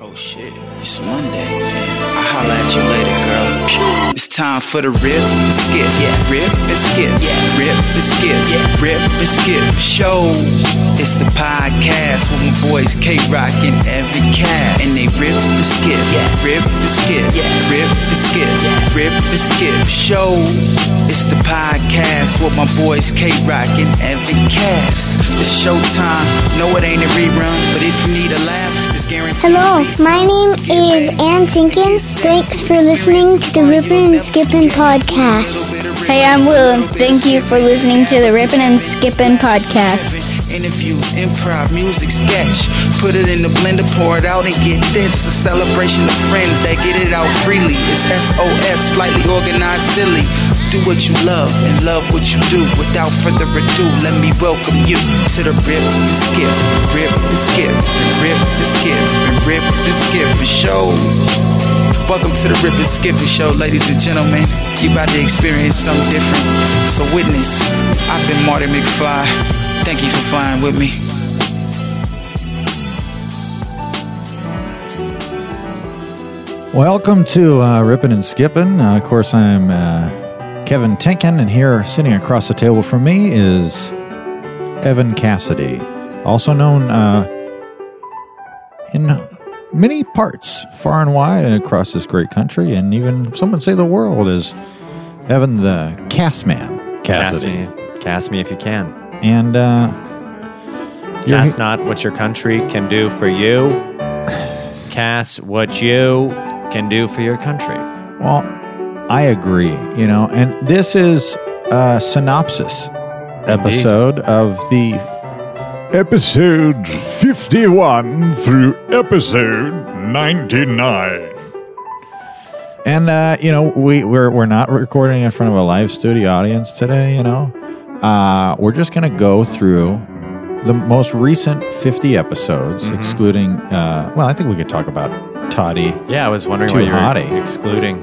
Oh shit, it's Monday. I'll holla at you later, girl. Pew. It's time for the rip and skip. Yeah, rip and skip. Yeah, rip and skip. Yeah, rip and skip show. It's the podcast with my boys K Rock and every cast. And they rip and skip. Yeah, rip and skip. Yeah, rip and skip. Yeah, rip and skip show. It's the podcast with my boys K Rock and every cast. It's showtime. No, it ain't a rerun, but if you need a laugh, it's guaranteed. Hello, my name is Ann Tinkins. Thanks for listening to the Rippin' and Skippin' podcast. Hey, I'm Will, and thank you for listening to the Rippin' and Skippin' podcast. Interviews, improv, music, sketch. Put it in the blender, pour it out, and get this. A celebration of friends that get it out freely. It's SOS, slightly organized, silly. Do what you love and love what you do. Without further ado, let me welcome you to the Rip and Skip, Rip and Skip, Rip and Skip, Rip and Skip show. Welcome to the Rip and Skip show, ladies and gentlemen. You about to experience something different. So witness, I've been Marty McFly. Thank you for flying with me. Welcome to uh, Rippin' and Skippin'. Uh, of course, I'm uh, Kevin Tinkin, and here sitting across the table from me is Evan Cassidy, also known uh, in many parts, far and wide, and across this great country, and even some would say the world, as Evan the Castman Cast Cassidy. me. Cast me if you can. And uh, You're Cast he- not what your country can do for you. Cast what you can do for your country. Well, I agree, you know, and this is a synopsis episode of the episode 51 through episode 99. and uh, you know we we're we're not recording in front of a live studio audience today. You know, uh, we're just gonna go through the most recent 50 episodes, Mm-hmm. excluding. Uh, well, I think we could talk about Toddy. Yeah, I was wondering Too why you're hotty. excluding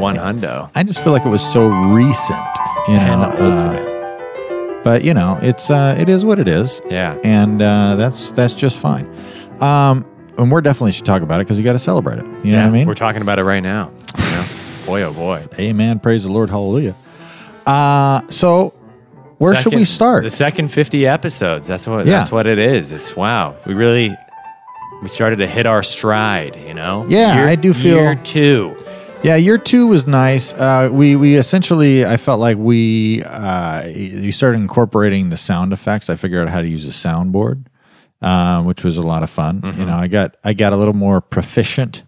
one hundo. I just feel like it was so recent, you and know. uh, ultimate. but you know, it's uh, it is what it is. Yeah. and uh, that's that's just fine. Um, and we're definitely should talk about it because you got to celebrate it. You know yeah. what I mean? We're talking about it right now. you know? boy, oh boy. Amen. Praise the Lord. Hallelujah. Uh, so where should we Second- start? The second 50 episodes. That's what Yeah. that's what it is. It's wow. We really we started to hit our stride, you know? Yeah, Year- I do feel- year 2. yeah, year two was nice. Uh, we we essentially I felt like we uh, you started incorporating the sound effects. I figured out how to use a soundboard, um, which was a lot of fun. Mm-hmm. You know, I got I got a little more proficient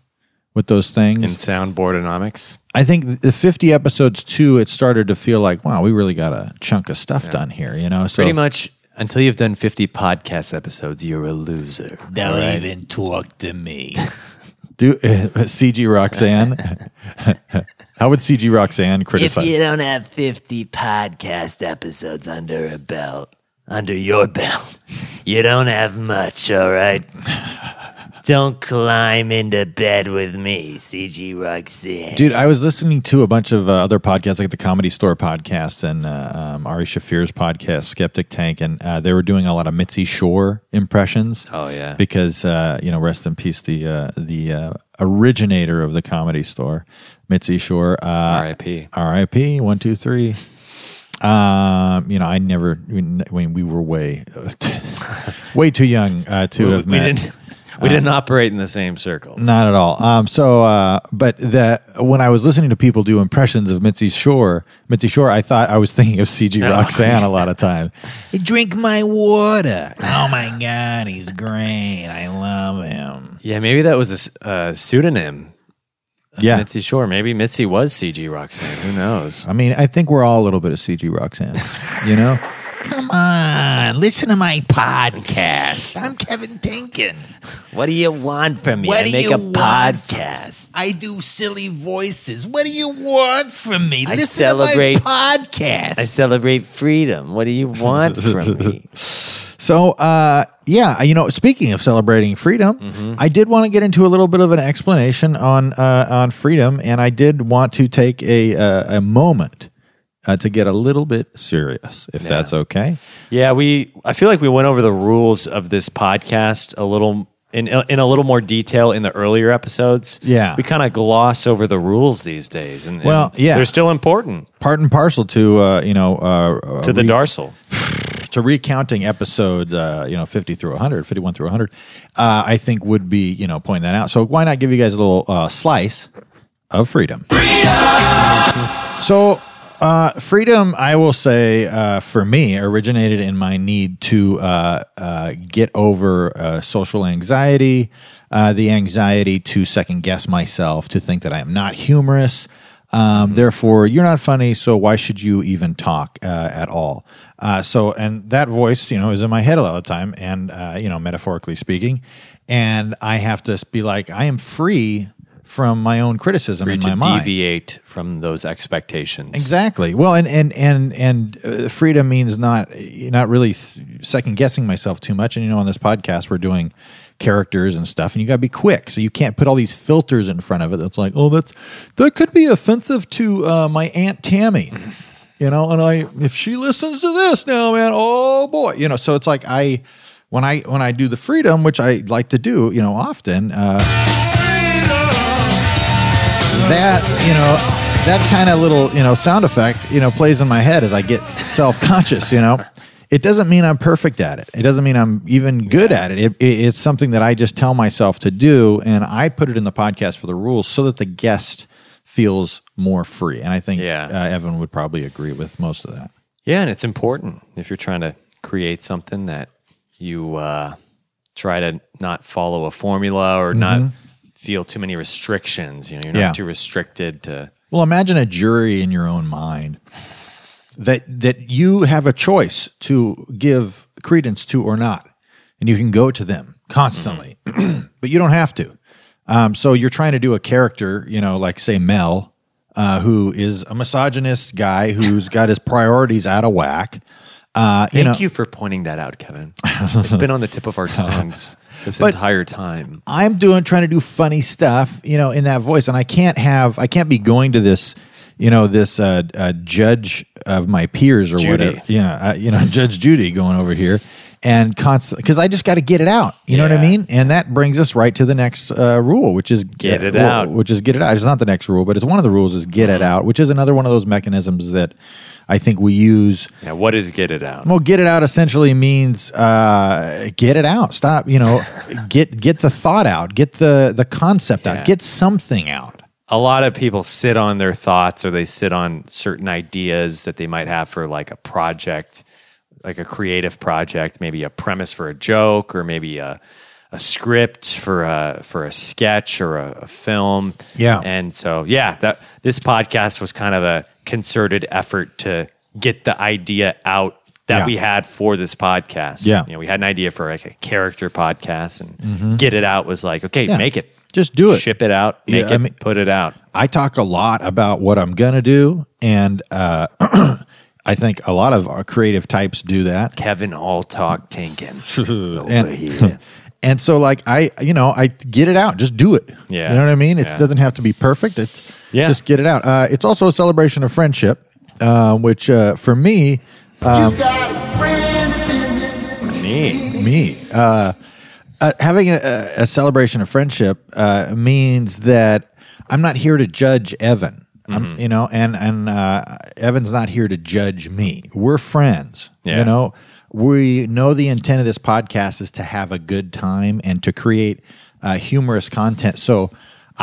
with those things. in soundboardonomics. I think the 50 episodes too, it started to feel like, wow, we really got a chunk of stuff done here, you know? So Pretty much until you've done 50 podcast episodes, you're a loser. Don't even talk to me. do CG Roxanne. How would CG Roxanne criticize? don't have 50 podcast episodes under a belt, under your belt, you don't have much, all right? Don't climb into bed with me, CG Roxanne. Dude, I was listening to a bunch of uh, other podcasts, like the Comedy Store podcast and uh, um, Ari Shafir's podcast, Skeptic Tank, and uh, they were doing a lot of Mitzi Shore impressions. Oh, yeah. because uh, you know, rest in peace, the uh, the uh, originator of the Comedy Store, Mitzi Shore. Uh, R.I.P. R.I.P. One, two, three. Um, you know, I never. I mean, we were way, way too young uh, to We, have we met. Um, didn't, we didn't operate in the same circles. Not at all. Um, so, uh, but the when I was listening to people do impressions of Mitzi Shore, Mitzi Shore, I thought I was thinking of CG Roxanne a lot of time. Drink my water. Oh my God, he's great. I love him. Yeah, maybe that was a s- uh, pseudonym. of Yeah. Mitzi Shore. Maybe Mitzi was CG Roxanne. Who knows? I mean, I think we're all a little bit of CG Roxanne, you know? Come on, listen to my podcast. I'm Kevin Tinkin. What do you want from me? What I do make you a want? podcast. I do silly voices. What do you want from me? I Listen to my celebrate- podcast. celebrate freedom. What do you want from me? So, uh, yeah, you know, speaking of celebrating freedom, I did want to get into a little bit of an explanation on uh, on freedom, and I did want to take a uh, a moment uh, to get a little bit serious, if that's okay. Yeah, we I feel like we went over the rules of this podcast a little in in a little more detail in the earlier episodes. Yeah. we kind of gloss over the rules these days, and, and Well, yeah. they're still important Part and parcel to uh, you know uh, to the re- Darsel. to recounting episode uh, you know 50 through 100 51 through 100 uh, i think would be you know pointing that out so why not give you guys a little uh, slice of freedom, so uh, freedom i will say uh, for me originated in my need to uh, uh, get over uh, social anxiety uh, the anxiety to second guess myself to think that i am not humorous um, Therefore, you're not funny, so why should you even talk uh, at all? Uh, so, and that voice, you know, is in my head a lot of the time, and uh, you know, metaphorically speaking, and I have to be like, I am free from my own criticism in my to mind. deviate from those expectations. Exactly. Well, and and and and uh, freedom means not not really th- second guessing myself too much. And you know, on this podcast, we're doing characters and stuff, and you got to be quick, so you can't put all these filters in front of it. That's like, oh, that's that could be offensive to uh, my aunt Tammy. You know, and I if she listens to this now, man, oh boy, you know. So it's like I when I when I do the freedom, which I like to do, you know, often. Uh, that you know that kind of little you know sound effect you know plays in my head as i get self-conscious you know it doesn't mean i'm perfect at it it doesn't mean i'm even good at it. It, it it's something that i just tell myself to do and i put it in the podcast for the rules so that the guest feels more free and i think Yeah. uh, evan would probably agree with most of that Yeah, and it's important if you're trying to create something that you uh, try to not follow a formula or not feel too many restrictions. You know, you're not Mm-hmm. Yeah. too restricted to. Well, imagine a jury in your own mind that that you have a choice to give credence to or not, and you can go to them constantly, but you don't have to. Um, so you're trying to do a character, you know, like say Mel, uh, who is a misogynist guy who's got his priorities out of whack. Uh, you Thank know, you for pointing that out, Kevin. it's been on the tip of our tongues this entire time. I'm doing trying to do funny stuff, you know, in that voice, and I can't have I can't be going to this, you know, this uh, uh, judge of my peers or Judy. whatever, yeah, uh, you know, Judge Judy going over here and constantly because I just got to get it out, you know what I Yeah. mean? And that brings us right to the next uh, rule, which is Get it well, out. Mm-hmm. which is get it out. It's not the next rule, but it's one of the rules is get it out, which is another one of those mechanisms that I think we use. Yeah, what is get it out? Well, get it out essentially means uh, get it out. Stop. You know, get get the thought out. Get the the concept Yeah. out. Get something out. a lot of people sit on their thoughts or they sit on certain ideas that they might have for like a project, like a creative project, maybe a premise for a joke or maybe a a script for a for a sketch or a, a film. Yeah. And so yeah, that this podcast was kind of a concerted effort to get the idea out that Yeah. we had for this podcast. Yeah. Mm-hmm. You know, we had an idea for like a character podcast and get it out was like, okay, Yeah. make it. Just do it. Ship it out, Yeah, make I it, mean- put it out. I talk a lot about what I'm gonna do, and uh, I think a lot of our creative types do that. Kevin All Talk Tinkin. over and here. and so like I you know I get it out just do it Yeah. you know what I mean it Yeah. doesn't have to be perfect it's Yeah. just get it out uh, it's also a celebration of friendship uh, which uh, for me Um, Neat. me. Uh, uh, having a, a- a celebration of friendship uh, means that I'm not here to judge Evan. I'm, you know, and and uh, Evan's not here to judge me. We're friends. Yeah. You know, we know the intent of this podcast is to have a good time and to create uh, humorous content. So.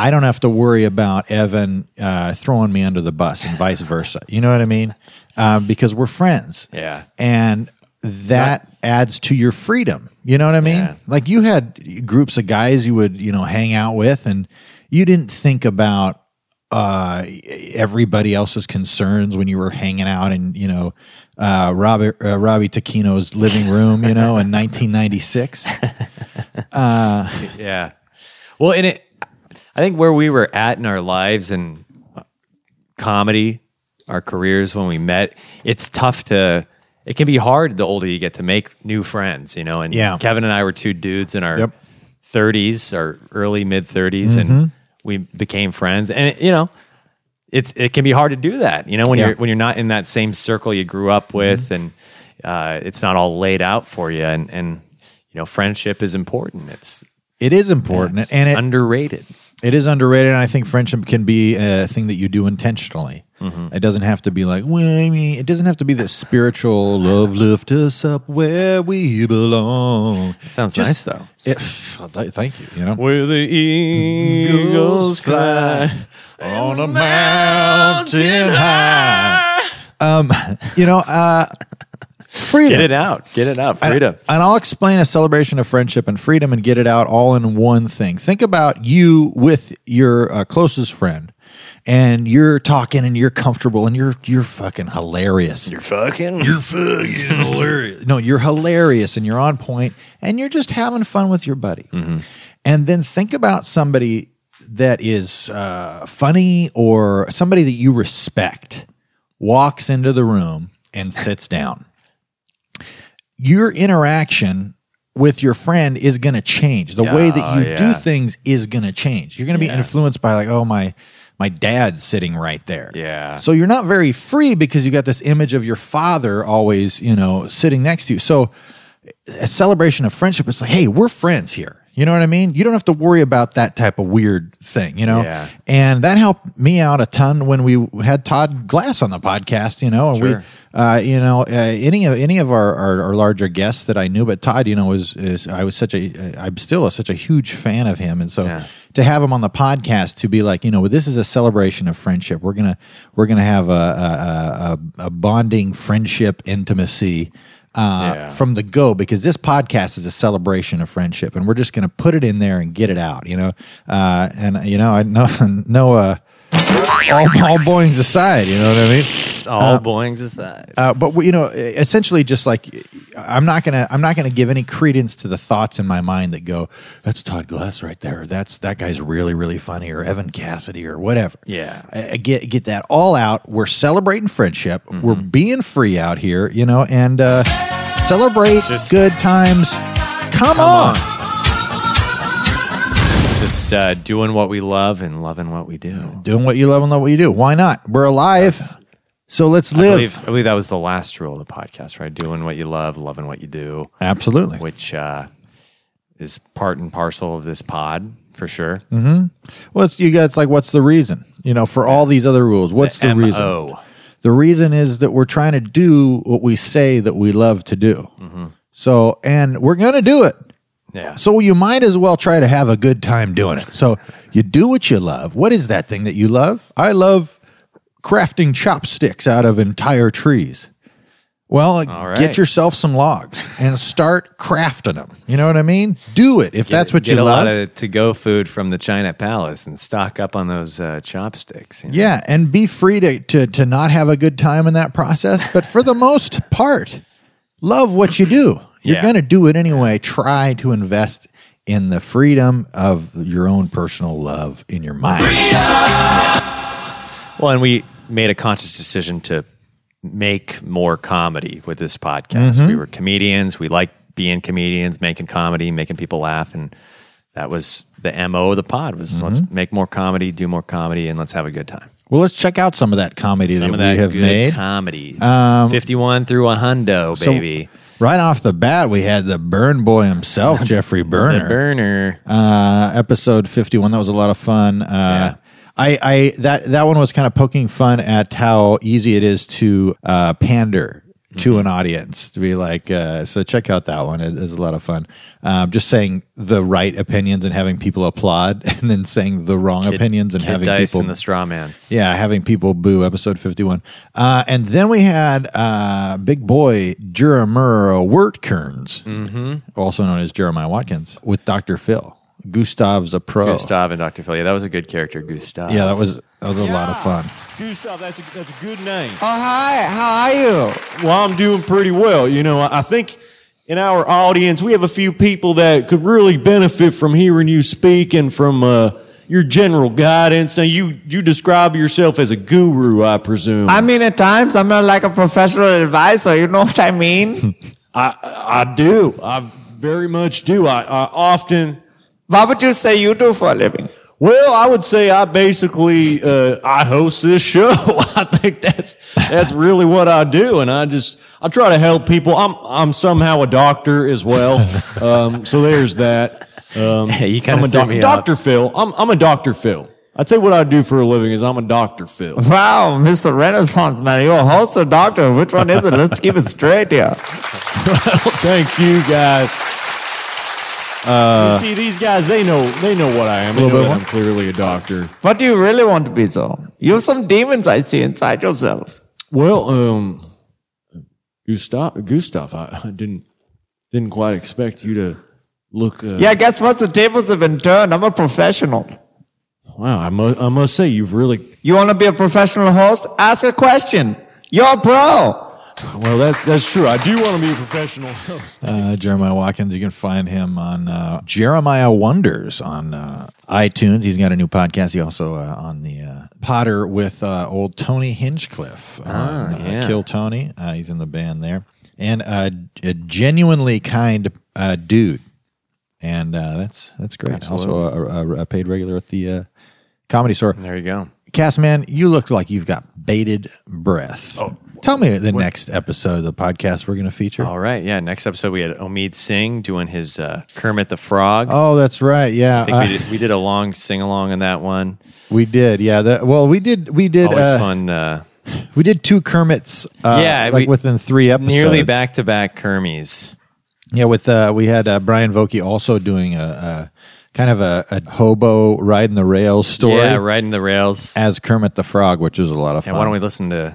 I don't have to worry about Evan uh, throwing me under the bus and vice versa. You know what I mean? Uh, because we're friends Yeah. and that adds to your freedom. You know what I mean? Yeah. Like you had groups of guys you would you know hang out with, and you didn't think about uh everybody else's concerns when you were hanging out in you know uh Robbie uh, Robbie Taquino's living room, you know, in Uh, 1996. Yeah. Well, and it, I think where we were at in our lives and comedy, our careers when we met, it's tough to. It can be hard the older you get to make new friends, you know. And Yeah. Kevin and I were two dudes in our Yep. Mm-hmm. 30s, our early mid 30s, and we became friends. And you know, it's it can be hard to do that, you know, when Yeah. Mm-hmm. you're when you're not in that same circle you grew up with, and uh, it's not all laid out for you. And and you know, friendship is important. It's It is important, It's and it, underrated. it is underrated. And I think friendship can be a thing that you do intentionally. mm-hmm. It doesn't have to be like, well, I mean, it doesn't have to be this spiritual love lift us up where we belong. It sounds nice though. It, well, th- thank you. You know, Where the eagles fly on a mountain high. um, you know, uh, freedom. Get it out. Get it out. Freedom. And I'll explain a celebration of friendship and freedom and get it out all in one thing. Think about you with your uh, closest friend and you're talking and you're comfortable and you're you're fucking hilarious. You're fucking You're fucking hilarious. No, you're hilarious and you're on point and you're just having fun with your buddy. And then think about somebody that is uh, funny or somebody that you respect walks into the room and sits down your interaction with your friend is going to change. The way that you do things is going to change. You're going to be influenced by like, oh my, my dad's sitting right there. Yeah. So you're not very free because you got this image of your father always, you know, sitting next to you. So a celebration of friendship is like, hey, we're friends here. You know what I mean? You don't have to worry about that type of weird thing, you know? Yeah. And that helped me out a ton when we had Todd Glass on the podcast, you know, and Sure. we, uh, you know, uh, any of, any of our, our, our larger guests that I knew, but Todd, you know, was, is, I was such a, uh, I'm still such a huge fan of him. And so to have him on the podcast to be like, you know, this is a celebration of friendship. We're going to, we're going to have a, a, a, a bonding friendship intimacy uh, Yeah. from the go because this podcast is a celebration of friendship and we're just going to put it in there and get it out you know uh, and you know i know no uh all, all boings aside you know what i mean All boings aside. uh, but we- you know essentially just like i'm not gonna i'm not gonna give any credence to the thoughts in my mind that go that's todd glass right there or that's that guy's really really funny or evan cassidy or whatever Yeah. I- I get get that all out. We're celebrating friendship. We're being free out here, you know, and uh, celebrate Just- good times. Come, on. Just uh, doing what we love and loving what we do. doing what you love and love what you do. Why not? We're alive, so let's I live. believe, I believe that was the last rule of the podcast, right? Doing what you love, loving what you do, Absolutely. which uh, is part and parcel of this pod for sure. Well, it's you guys like, Mm-hmm. what's the reason? You know, for all these other rules, what's the, reason? MO. The reason is that we're trying to do what we say that we love to do. Mm-hmm. So, and we're gonna do it. Yeah. So you might as well try to have a good time doing it. So you do what you love. What is that thing that you love? I love crafting chopsticks out of entire trees. Well, All right. get yourself some logs and start crafting them. You know what I mean? Do it if that's what Get a you love. lot of to go food from the China Palace and stock up on those uh, chopsticks. you know? yeah, and be free to, to to not have a good time in that process, but for the most part, love what you do. You're Yeah. going to do it anyway. Try to invest in the freedom of your own personal love in your mind. Well, and we made a conscious decision to make more comedy with this podcast. Mm-hmm. We were comedians. We like being comedians, making comedy, making people laugh, and that was the mo of the pod. Was Mm-hmm. let's make more comedy, do more comedy, and let's have a good time. Well, let's check out some of that comedy Some that, of that we have good made. Um, comedy, fifty-one through a hundo, So, baby. right off the bat, we had the Burn Boy himself, Jeffrey The Burner, burner. uh, episode fifty-one. That was a lot of fun. Uh, I, I that that one was kind of poking fun at how easy it is to uh, pander to Mm-hmm. an audience to be like. Uh, so check out that one; it is a lot of fun. Um, just saying the right opinions and having people applaud, and then saying the wrong opinions and Kid having dice people and the straw man. Yeah, having people boo episode 51. Uh, and then we had uh, big boy Jeremiah Wertkerns, Mm. also known as Jeremiah Watkins, with Dr. Phil. Gustav's a pro. Gustav and Dr. Phil. Yeah, that was a good character, Gustav. Yeah, that was that was a lot of fun. Gustav, that's a, that's a good name. Hi, how are you? Well, I'm doing pretty well. You know, I I think in our audience, we have a few people that could really benefit from hearing you speak and from uh, your general guidance. Now, you, you describe yourself as a guru, I presume. I mean, at times I'm not like a professional advisor. You know what I mean? I, I do. I very much do. I, I often. what would you say you do for a living? Well, I would say I basically uh, I host this show. I think that's that's really what I do, and I just I try to help people. I'm I'm somehow a doctor as well, um, so there's that. you I'm kind a of threw doc- me off. Dr. Phil. I'm, I'm a Dr. Phil. I'd say what I do for a living is I'm a Dr. Phil. Wow, Mr. Renaissance man, you're a horse or doctor? Which one is it? Let's keep it straight here. Thank you guys. you see, these guys, they know they know what I am. They know that I'm clearly a doctor. What do you really want to be, though? You have some demons I see inside yourself. Well, um, Gustav, Gustav, I, I didn't didn't quite expect you to look. Uh, Yeah, guess what? The tables have been turned. I'm a professional. Wow, I must I must say you've really You want to be a professional host? Ask a question. You're a pro. well. That's that's true. I do want to be a professional host. Uh, Jeremiah Watkins, you can find him on uh, Jeremiah Wonders on uh, iTunes. He's got a new podcast. He also uh, on the uh, Potter with uh, old Tony Hinchcliffe. on, uh, Ah, yeah. Kill Tony. Uh, he's in the band there. And uh, a genuinely kind uh, dude. And uh, that's that's great. Also a, a, a paid regular at the uh, Comedy Store. There you go. Castman, you look like you've got bated breath. Oh, Tell me the next episode of the podcast we're going to feature. All right. Yeah. Next episode, we had Omid Singh doing his uh, Kermit the Frog. Oh, that's right. Yeah, I think uh, we, did, we did a long sing along in that one. we did. Yeah, that, well, we did. We did. Always Uh, fun. Uh, we did two Kermits. Uh, Yeah, like we- within three episodes. nearly back to back Kermies. Yeah, with uh, we had uh, Brian Vokey also doing a, a kind of a, a hobo riding the rails story Yeah. Riding the rails. as Kermit the Frog, which was a lot of fun. And why don't we listen to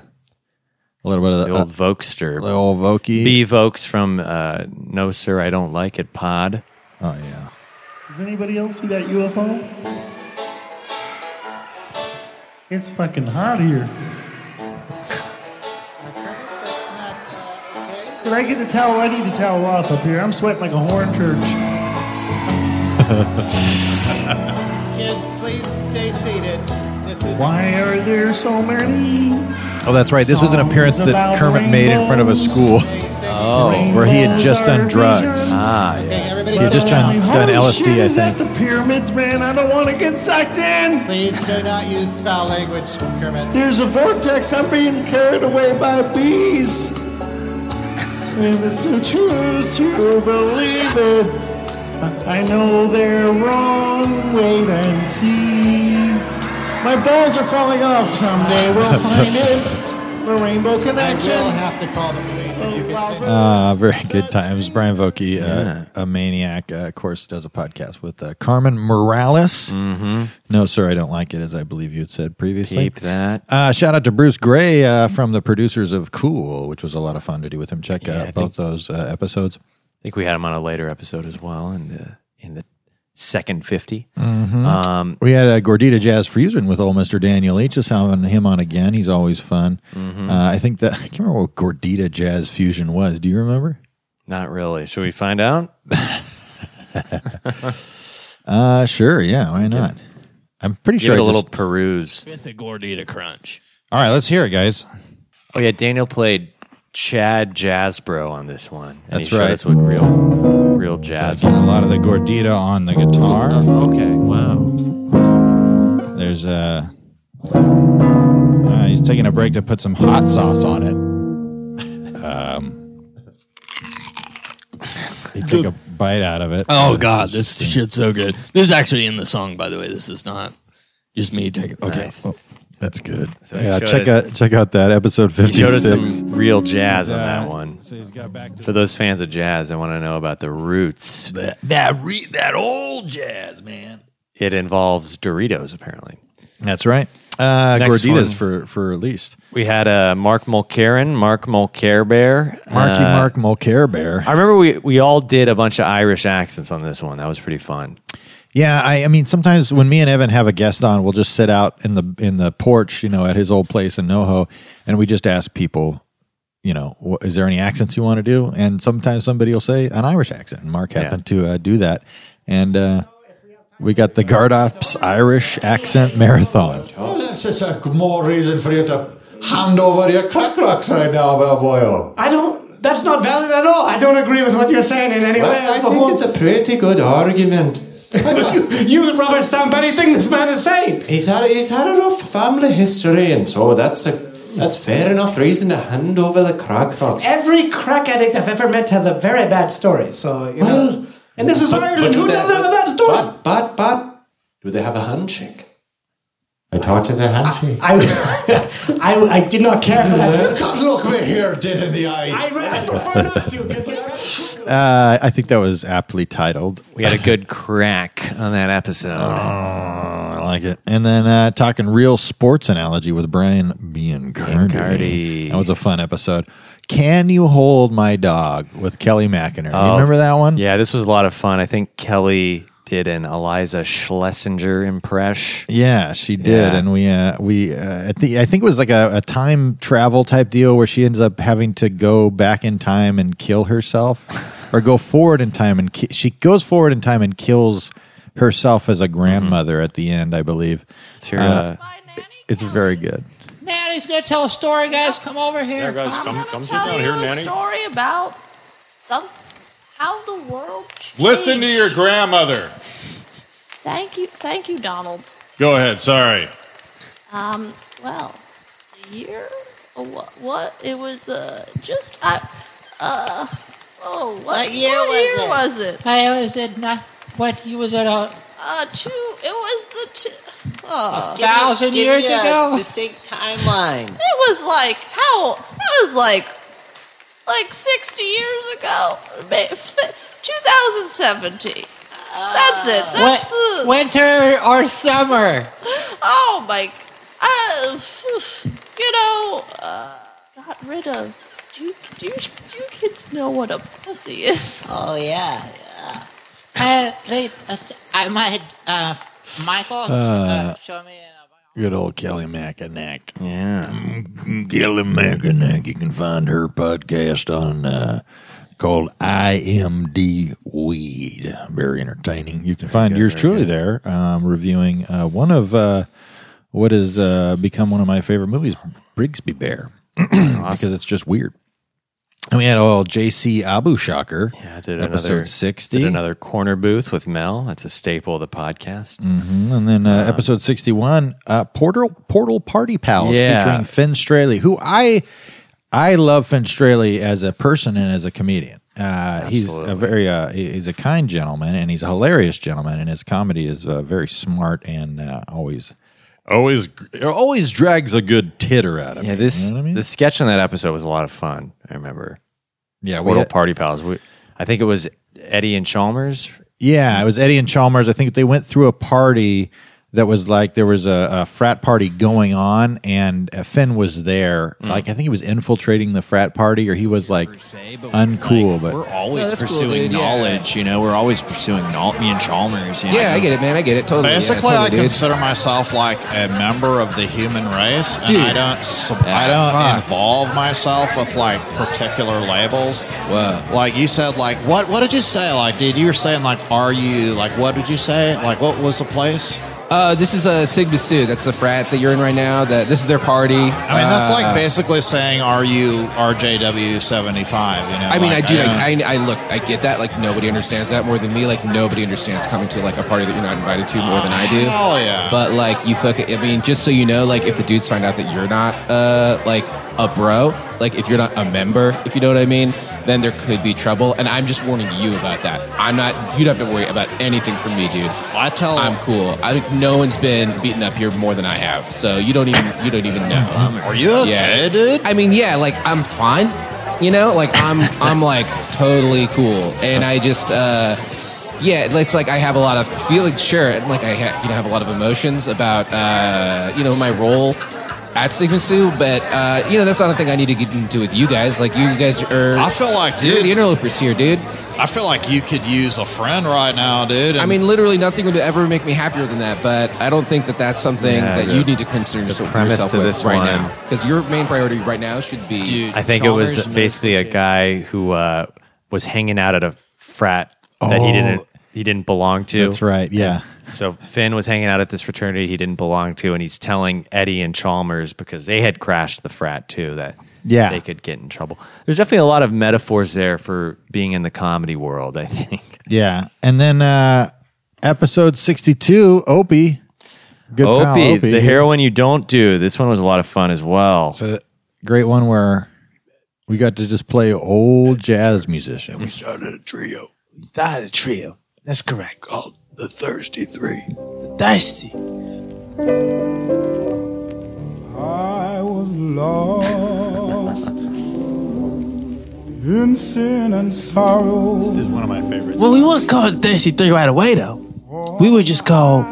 a little bit of the the, uh, old Vokester? the old Vokey? B Vokes from uh, No Sir, I Don't Like It Pod. Oh yeah. Does anybody else see that UFO? It's fucking hot here. Did I get a towel? I need a towel off up here. I'm sweating like a horn church. Kids, please stay seated. This is Why are there so many? Oh, that's right. This was an Songs appearance that about Kermit made in front of a rainbows. school Oh, where he had just done drugs. Ah, yeah. okay. Everybody, He had just sit down. done, done shit, LSD, I is that think. the pyramids, man? I don't want to get sucked in. Please do not use foul language, Kermit. There's a vortex. I'm being carried away by bees. And it's who choose to believe it. I I know they're wrong. Wait and see. My balls are falling off. Someday we'll find it. The Rainbow I will Connection. have to call the police if you continue. Uh, very good times. Brian Vokey, uh, a maniac, uh, of course, does a podcast with uh, Carmen Morales. Mm-hmm. No, sir, I don't like it, as I believe you had said previously. Keep that. Uh, shout out to Bruce Gray uh, from the producers of Cool, which was a lot of fun to do with him. Check Yeah, I out both those uh, episodes. I think we had him on a later episode as well in the in the second Um, 50 Mm-hmm. We had a Gordita Jazz Fusion with old Mr. Daniel H. Just having him on again. He's always fun. Hmm. Uh, I think that I can't remember what Gordita Jazz Fusion was. Do you remember? Not really. Should we find out? Uh, sure. Yeah. Why not? I'm pretty Give sure. it a I just- little peruse. With a Gordita Crunch. All right, let's hear it, guys. Oh yeah, Daniel played Chad Jazzbro on this one. And That's he right. Showed us what real, real jazz. That's a lot of the gordita on the guitar. Oh, Okay. Wow. There's a. Uh, uh, he's taking a break to put some hot sauce on it. Um, he took a bite out of it. Oh God, this shit's so good. This is actually in the song, by the way. This is not just me taking. Okay, Oh. that's good. he yeah, showed check us- out check out that episode fifty Showed us six. some real jazz on that one. So he's got back to For those fans of jazz, I want to know about the roots. that that, re- that old jazz, man. It involves Doritos, apparently. That's right. Uh, Next gorditas one. for for at least We had uh, Mark Mulcairn, Mark Mulcare Bear. Marky Uh, Mark Mulcare Bear. I remember we, we all did a bunch of Irish accents on this one. That was pretty fun. Yeah, I, I mean, sometimes when me and Evan have a guest on, we'll just sit out in the in the porch, you know, at his old place in NoHo, and we just ask people, you know, "Wh- is there any accents you want to do? And sometimes somebody will say an Irish accent, and Mark happened to uh, do that, and uh, we got the Gardops Irish accent marathon. Well, that's just a more reason for you to hand over your crack rocks right now, bravo boy. I don't. That's not valid at all. I don't agree with what you're saying in any way. I think it's a pretty good argument. you rubber stamp anything this man is saying. he's had he's had a rough family history, and so that's a that's fair enough reason to hand over the crack rocks. Every crack addict I've ever met has a very bad story. So you know. Well, And this is But- Ireland. but Who they- doesn't have that story? But, but, but, do they have a handshake? I taught you the handshake. I, I, I did not care for that. You can't look me here dead in the eye. I, I prefer not to because Uh, I think that was aptly titled. Oh, We had a good crack on that episode. I like it. And then uh, talking real sports analogy with Brian Biancardi. Biancardi. That was a fun episode. Can you hold my dog with Kelly McInerney? You Oh, remember that one? Yeah, this was a lot of fun. I think Kelly did an Eliza Schlesinger impression. Yeah, she did, Yeah. and we uh, we uh, at the I think it was like a, a time travel type deal where she ends up having to go back in time and kill herself, or go forward in time and ki- she goes forward in time and kills herself as a grandmother at the end, I believe. It's her, it's very good. Nanny's gonna tell a story, guys. Come over here. Yeah, guys, come- I'm come gonna sit tell down you here, a Nanny. story about some how the world. changed. Listen to your grandmother. Thank you, thank you, Donald. Go ahead. Sorry. Um, well, the year, what, what it was, uh, just I, uh, oh, what, What year what was year it? was it? I always said not what you was at a Uh, two. It was the two. Oh, thousand years ago. It was like how it was like like sixty years ago, two thousand seventeen. That's Ah. it. That's Win- the winter or summer. Oh my! Uh, phew, you know, uh, got rid of. Do you, do you, do you kids know what a pussy is? Oh yeah, yeah. Uh, they, uh, I might, uh, Michael, uh, Uh, show me. Good old Kelly Mackinac. Yeah. Kelly Mackinac. You can find her podcast on uh, called IMD Weed. Very entertaining. You can find yours truly there, um, reviewing uh, one of uh, what has uh, become one of my favorite movies, Brigsby Bear, because it's just weird. And we had oh, old JC Abu Shocker, I did episode another, 60. Did another corner booth with Mel. That's a staple of the podcast. hmm And then uh, episode 61, uh, Portal Portal Party Pals Yeah. featuring Finn Straley, who I I love Finn Straley as a person and as a comedian. Uh, he's a very uh, he- he's a kind gentleman and he's a hilarious gentleman and his comedy is uh, very smart and uh, always always always drags a good titter out of Yeah, this the sketch on that episode was a lot of fun. I remember. Yeah, we Portal had- Party Pals. We, I think it was Eddie and Chalmers. Yeah, it was Eddie and Chalmers. I think they went through a party that was like there was a, a frat party going on, and uh, Finn was there. Mm. Like I think he was infiltrating the frat party, or he was like uncool. but We're always that's cool, pursuing dude, yeah. knowledge. You know, we're always pursuing knowledge. Me and Chalmers. You know? Yeah, I get it, man. I get it. Totally. yeah, Basically, totally, I dude. consider myself like a member of the human race, and Dude. I don't, sub- I don't involve myself with like particular labels. Like you said, like what? What did you say? Like, dude, you were saying like, are you like? What did you say? Like, what was the place? Uh, this is uh, Sigma Sue. That's the frat that you're in right now. That this is their party. I mean, that's like Uh, basically saying, are you RJW seventy five? You know. I mean, I like, do. don't- Like, I, I look. I get that. Like nobody understands that more than me. Like nobody understands coming to like a party that you're not invited to more than I do. Oh, hell yeah. But like you fuck. I mean, just so you know, like if the dudes find out that you're not uh like a bro, like if you're not a member, if you know what I mean, then there could be trouble. And I'm just warning you about that. I'm not. You don't have to worry about anything from me, dude. I tell. I'm cool. I no one's been beaten up here more than I have. So you don't even. You don't even know. Are you okay, dude? I mean, yeah, like I'm fine. You know, like I'm I'm like totally cool, and I just uh, yeah, it's like I have a lot of feelings. Sure, and like I ha- you know have a lot of emotions about uh, you know my role at Sigma Sue, but uh, you know that's not a thing I need to get into with you guys. Like you guys are. I feel like, you're dude- the interlopers here, dude. I feel like you could use a friend right now, dude. I mean, literally nothing would ever make me happier than that. But I don't think that that's something Yeah, that the- you need to concern yourself premise yourself to with this right one- now, because your main priority right now should be. Dude, I think it was basically a guy who uh, was hanging out at a frat that Oh. he didn't he didn't belong to. That's right, yeah. And so Finn was hanging out at this fraternity he didn't belong to, and he's telling Eddie and Chalmers because they had crashed the frat too that Yeah. they could get in trouble. There's definitely a lot of metaphors there for being in the comedy world. I think. yeah, and then uh, episode sixty-two, Opie, good Opie, pal Opie, the heroine you don't do. This one was a lot of fun as well. great one where we got to just play old jazz musician. started a trio. He's died a trio. That's correct. Called the Thirsty Three. The Thirsty. I was lost in sin and sorrow. This is one of my favorites. Well, we weren't called the Thirsty Three right away, though. We were just called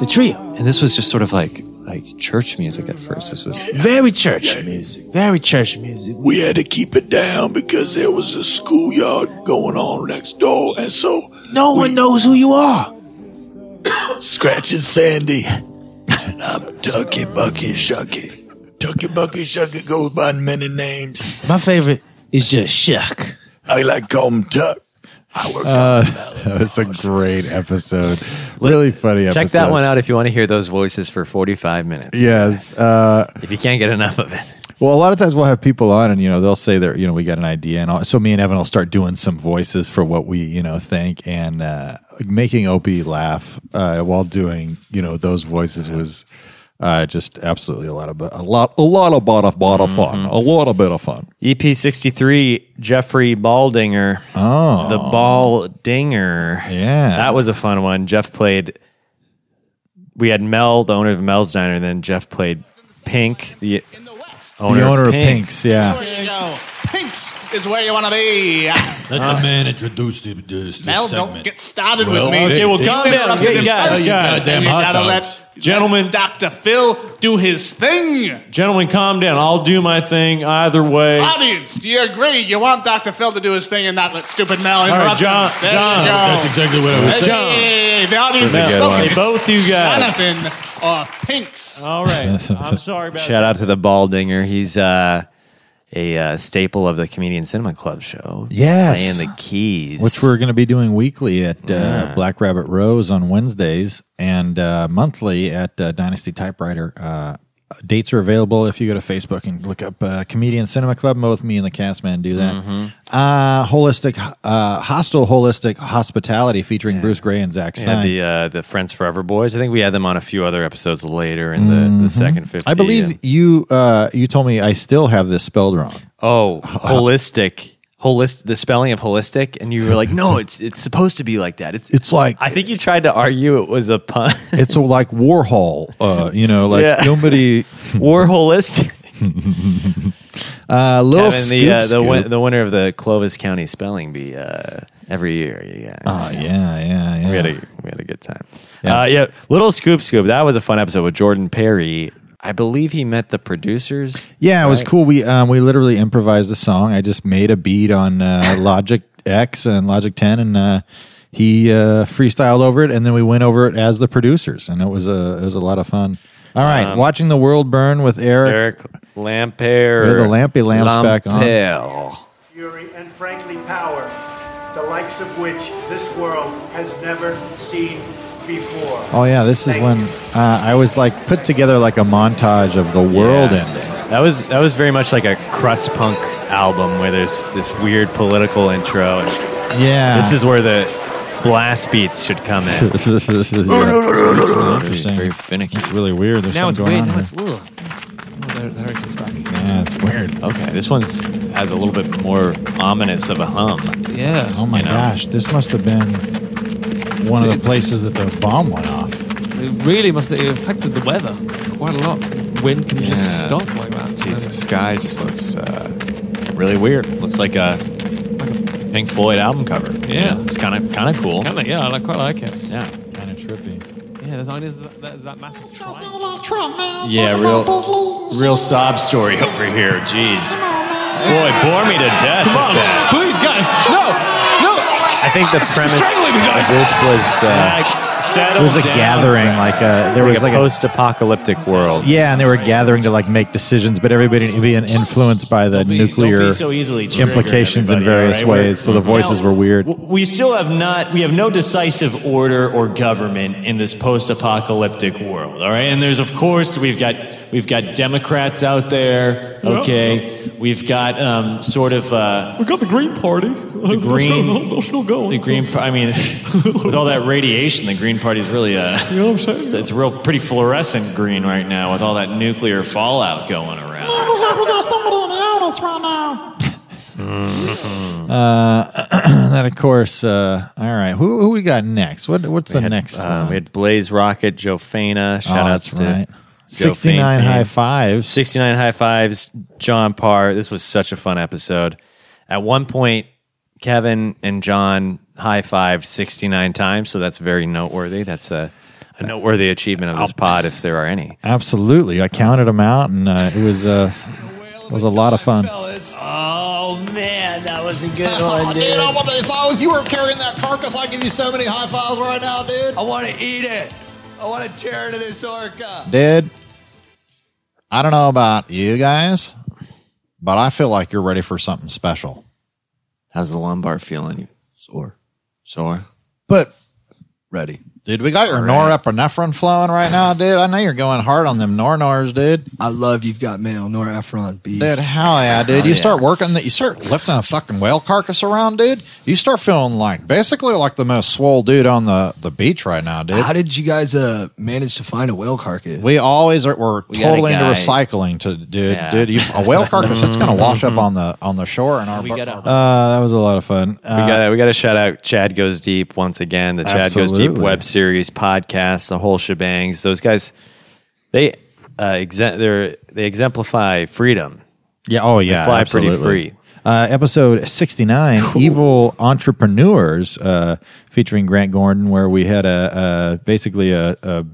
the trio. And this was just sort of like like church music at first. This was Very church music. Very church music. We had to keep it down because there was a schoolyard going on next door, and so No one knows who you are. Scratch and Sandy, and I'm Tucky Bucky Shucky. Tucky Bucky Shucky goes by many names. My favorite is just Shuck. I like to call him Tuck. I work Uh, that was a great episode. Really funny episode. Check that one out if you want to hear those voices for 45 minutes. Yes. Uh, If you can't get enough of it. Well, a lot of times we'll have people on, and you know they'll say that you know we got an idea, and all, so me and Evan will start doing some voices for what we you know think, and uh, making Opie laugh uh, while doing you know those voices was uh, just absolutely a lot of a lot a lot of lot of, lot of fun, a lot of bit of fun. EP63, E Jeffrey Baldinger. Oh. The Baldinger. Yeah. That was a fun one. Jeff played, we had Mel, the owner of Mel's Diner, and then Jeff played Pink, the owner, the owner of of Pink's. Pinks, yeah. There you go. Pinks is where you want to be. Let the man introduce the, this, this Mel, segment. don't get started Well, with me. they- Okay, well, they- come they- down. they- Get guys, guys, guys, guys. goddamn You hot gotta dogs. let gentlemen, Doctor Phil, do his thing. Gentlemen, calm down. I'll do my thing either way. Audience, do you agree? You want Dr. Phil to do his thing and not let stupid Mel All interrupt right, him. John- There John. you go. That's exactly what I was Hey, saying. hey, hey, the audience That's is a good spoken. one. Both you guys. Jonathan or Pinks. All right. I'm sorry about Shout out to the Baldinger. He's uh, a uh, staple of the Comedian Cinema Club show. Yes. Playing the keys. which we're going to be doing weekly at Yeah. uh, Black Rabbit Rose on Wednesdays and uh, monthly at uh, Dynasty Typewriter. Uh, dates are available if you go to Facebook and look up uh, Comedian Cinema Club. Both me and the cast man Mm-hmm. do that. Mm-hmm. Uh, holistic, uh, hostile, holistic hospitality featuring Bruce Gray and Zach We had Stein. the uh, the Friends Forever Boys. I think we had them on a few other episodes later in the, the second fifty. Mm-hmm. I believe and- you. Uh, you told me I still have this spelled wrong. oh, Uh-huh. holistic, holist. The spelling of holistic, and you were like, no, it's it's supposed to be like that. It's it's like I think you tried to argue it was a pun. It's a, like Warhol. Uh, you know, like Yeah. nobody. Warholistic. uh, little Kevin, scoop the uh, the, scoop. win- the winner of the Clovis County Spelling Bee uh, every year. You guys. Oh yeah, yeah, yeah. We had a we had a good time. Yeah. Uh, yeah, little scoop scoop. That was a fun episode with Jordan Perry. I believe he met the producers. Yeah, it was right? cool. We um, we literally improvised a song. I just made a beat on uh, Logic X and Logic Ten, and uh, he uh, freestyled over it, and then we went over it as the producers, and it was a it was a lot of fun. All right, Um, watching the world burn with Eric. Eric Lampere. Yeah, the Lampy lamp's back on. Lampel. fury and frankly power, the likes of which this world has never seen before. Oh yeah, this is when uh, I was like put together like a montage of the world Yeah. ending. That was that was very much like a crust punk album where there's this weird political intro. And Yeah. this is where the blast beats should come in. Yeah. Interesting. Very finicky. It's really weird. There's Now something going on here. little. Oh, the hurricane's back. Yeah, it's weird. Okay, this one's has a little bit more ominous of a hum. Yeah. Oh my You know? gosh, this must have been one of the places that the bomb went off. It really must have affected the weather quite a lot. Wind can just Yeah. stop like that. Jeez, the sky just looks uh, really weird. Looks like a Pink Floyd album cover. Yeah. it's kind of kind of cool. Kind of, yeah, I like, quite like it. Yeah. Kind of trippy. Yeah, there's only there's that, there's that massive triangle. Yeah, real, real sob story over here. Jeez, boy, bore me to death. Come on, with that. please, guys. No, no. I think the premise strangling me, guys. of this was uh, It was a gathering, like a, there Like was a like a post-apocalyptic world. yeah, and they were gathering to like make decisions, but everybody being influenced by the nuclear don't be so easily triggered, implications in everybody, various all right? ways. So the voices Now- were weird. We still have not, we have no decisive order or government in this post apocalyptic world, all right? And there's, of course, we've got, we've got Democrats out there, okay? We've got um, sort of uh, We got the Green Party. The Green- They're still going. the Green, Par- I mean, with all that radiation, the Green Party's really, uh, You know what I'm saying? it's, it's real pretty fluorescent green right now with all that nuclear fallout going around. Someone on the outlets right now. Mm-hmm. Uh, that of course. Uh, all right, who who we got next? What what's the had, next uh, one? We had Blaze Rocket, Joe Faina. Shout outs Oh, that's to right. Joe 69 Fain- high fives. 69 high fives. John Parr. This was such a fun episode. At one point, Kevin and John high five 69 times. So that's very noteworthy. That's a, a noteworthy achievement of this pod, if there are any. Absolutely, I counted them out, and uh, it was uh, it was a lot of fun. Oh man, that was a good Oh, dude, I want to, if I was you were carrying that carcass, I'd give you so many high fives right now, dude. I want to eat it. I want to tear into this orca. Dude, I don't know about you guys, but I feel like you're ready for something special. How's the lumbar feeling? Sore. Sore. But Ready. dude, we got your norepinephrine flowing right now, dude. I know you're going hard on them nornars, dude. I love you've got mail, norepinephrine beast. Dude, hell yeah, dude. Hell you yeah. start working that, you start lifting a fucking whale carcass around, dude. You start feeling like basically like the most swole dude on the the beach right now, dude. How did you guys uh, manage to find a whale carcass? We always are. We're We got a totally into guy. recycling, to dude. Yeah. Dude, you, a whale carcass, it's gonna wash up on the on the shore, and our. Uh, that was a lot of fun. We Uh, got we got to shout out Chad Goes Deep once again. The Chad Goes Absolutely. Deep web series, podcast, the whole shebangs. Those guys, they uh, exen- they're, they exemplify freedom. yeah. Oh They yeah. fly pretty absolutely. free. Uh, episode 69, Evil Entrepreneurs, uh, featuring Grant Gordon, where we had a, a basically a, a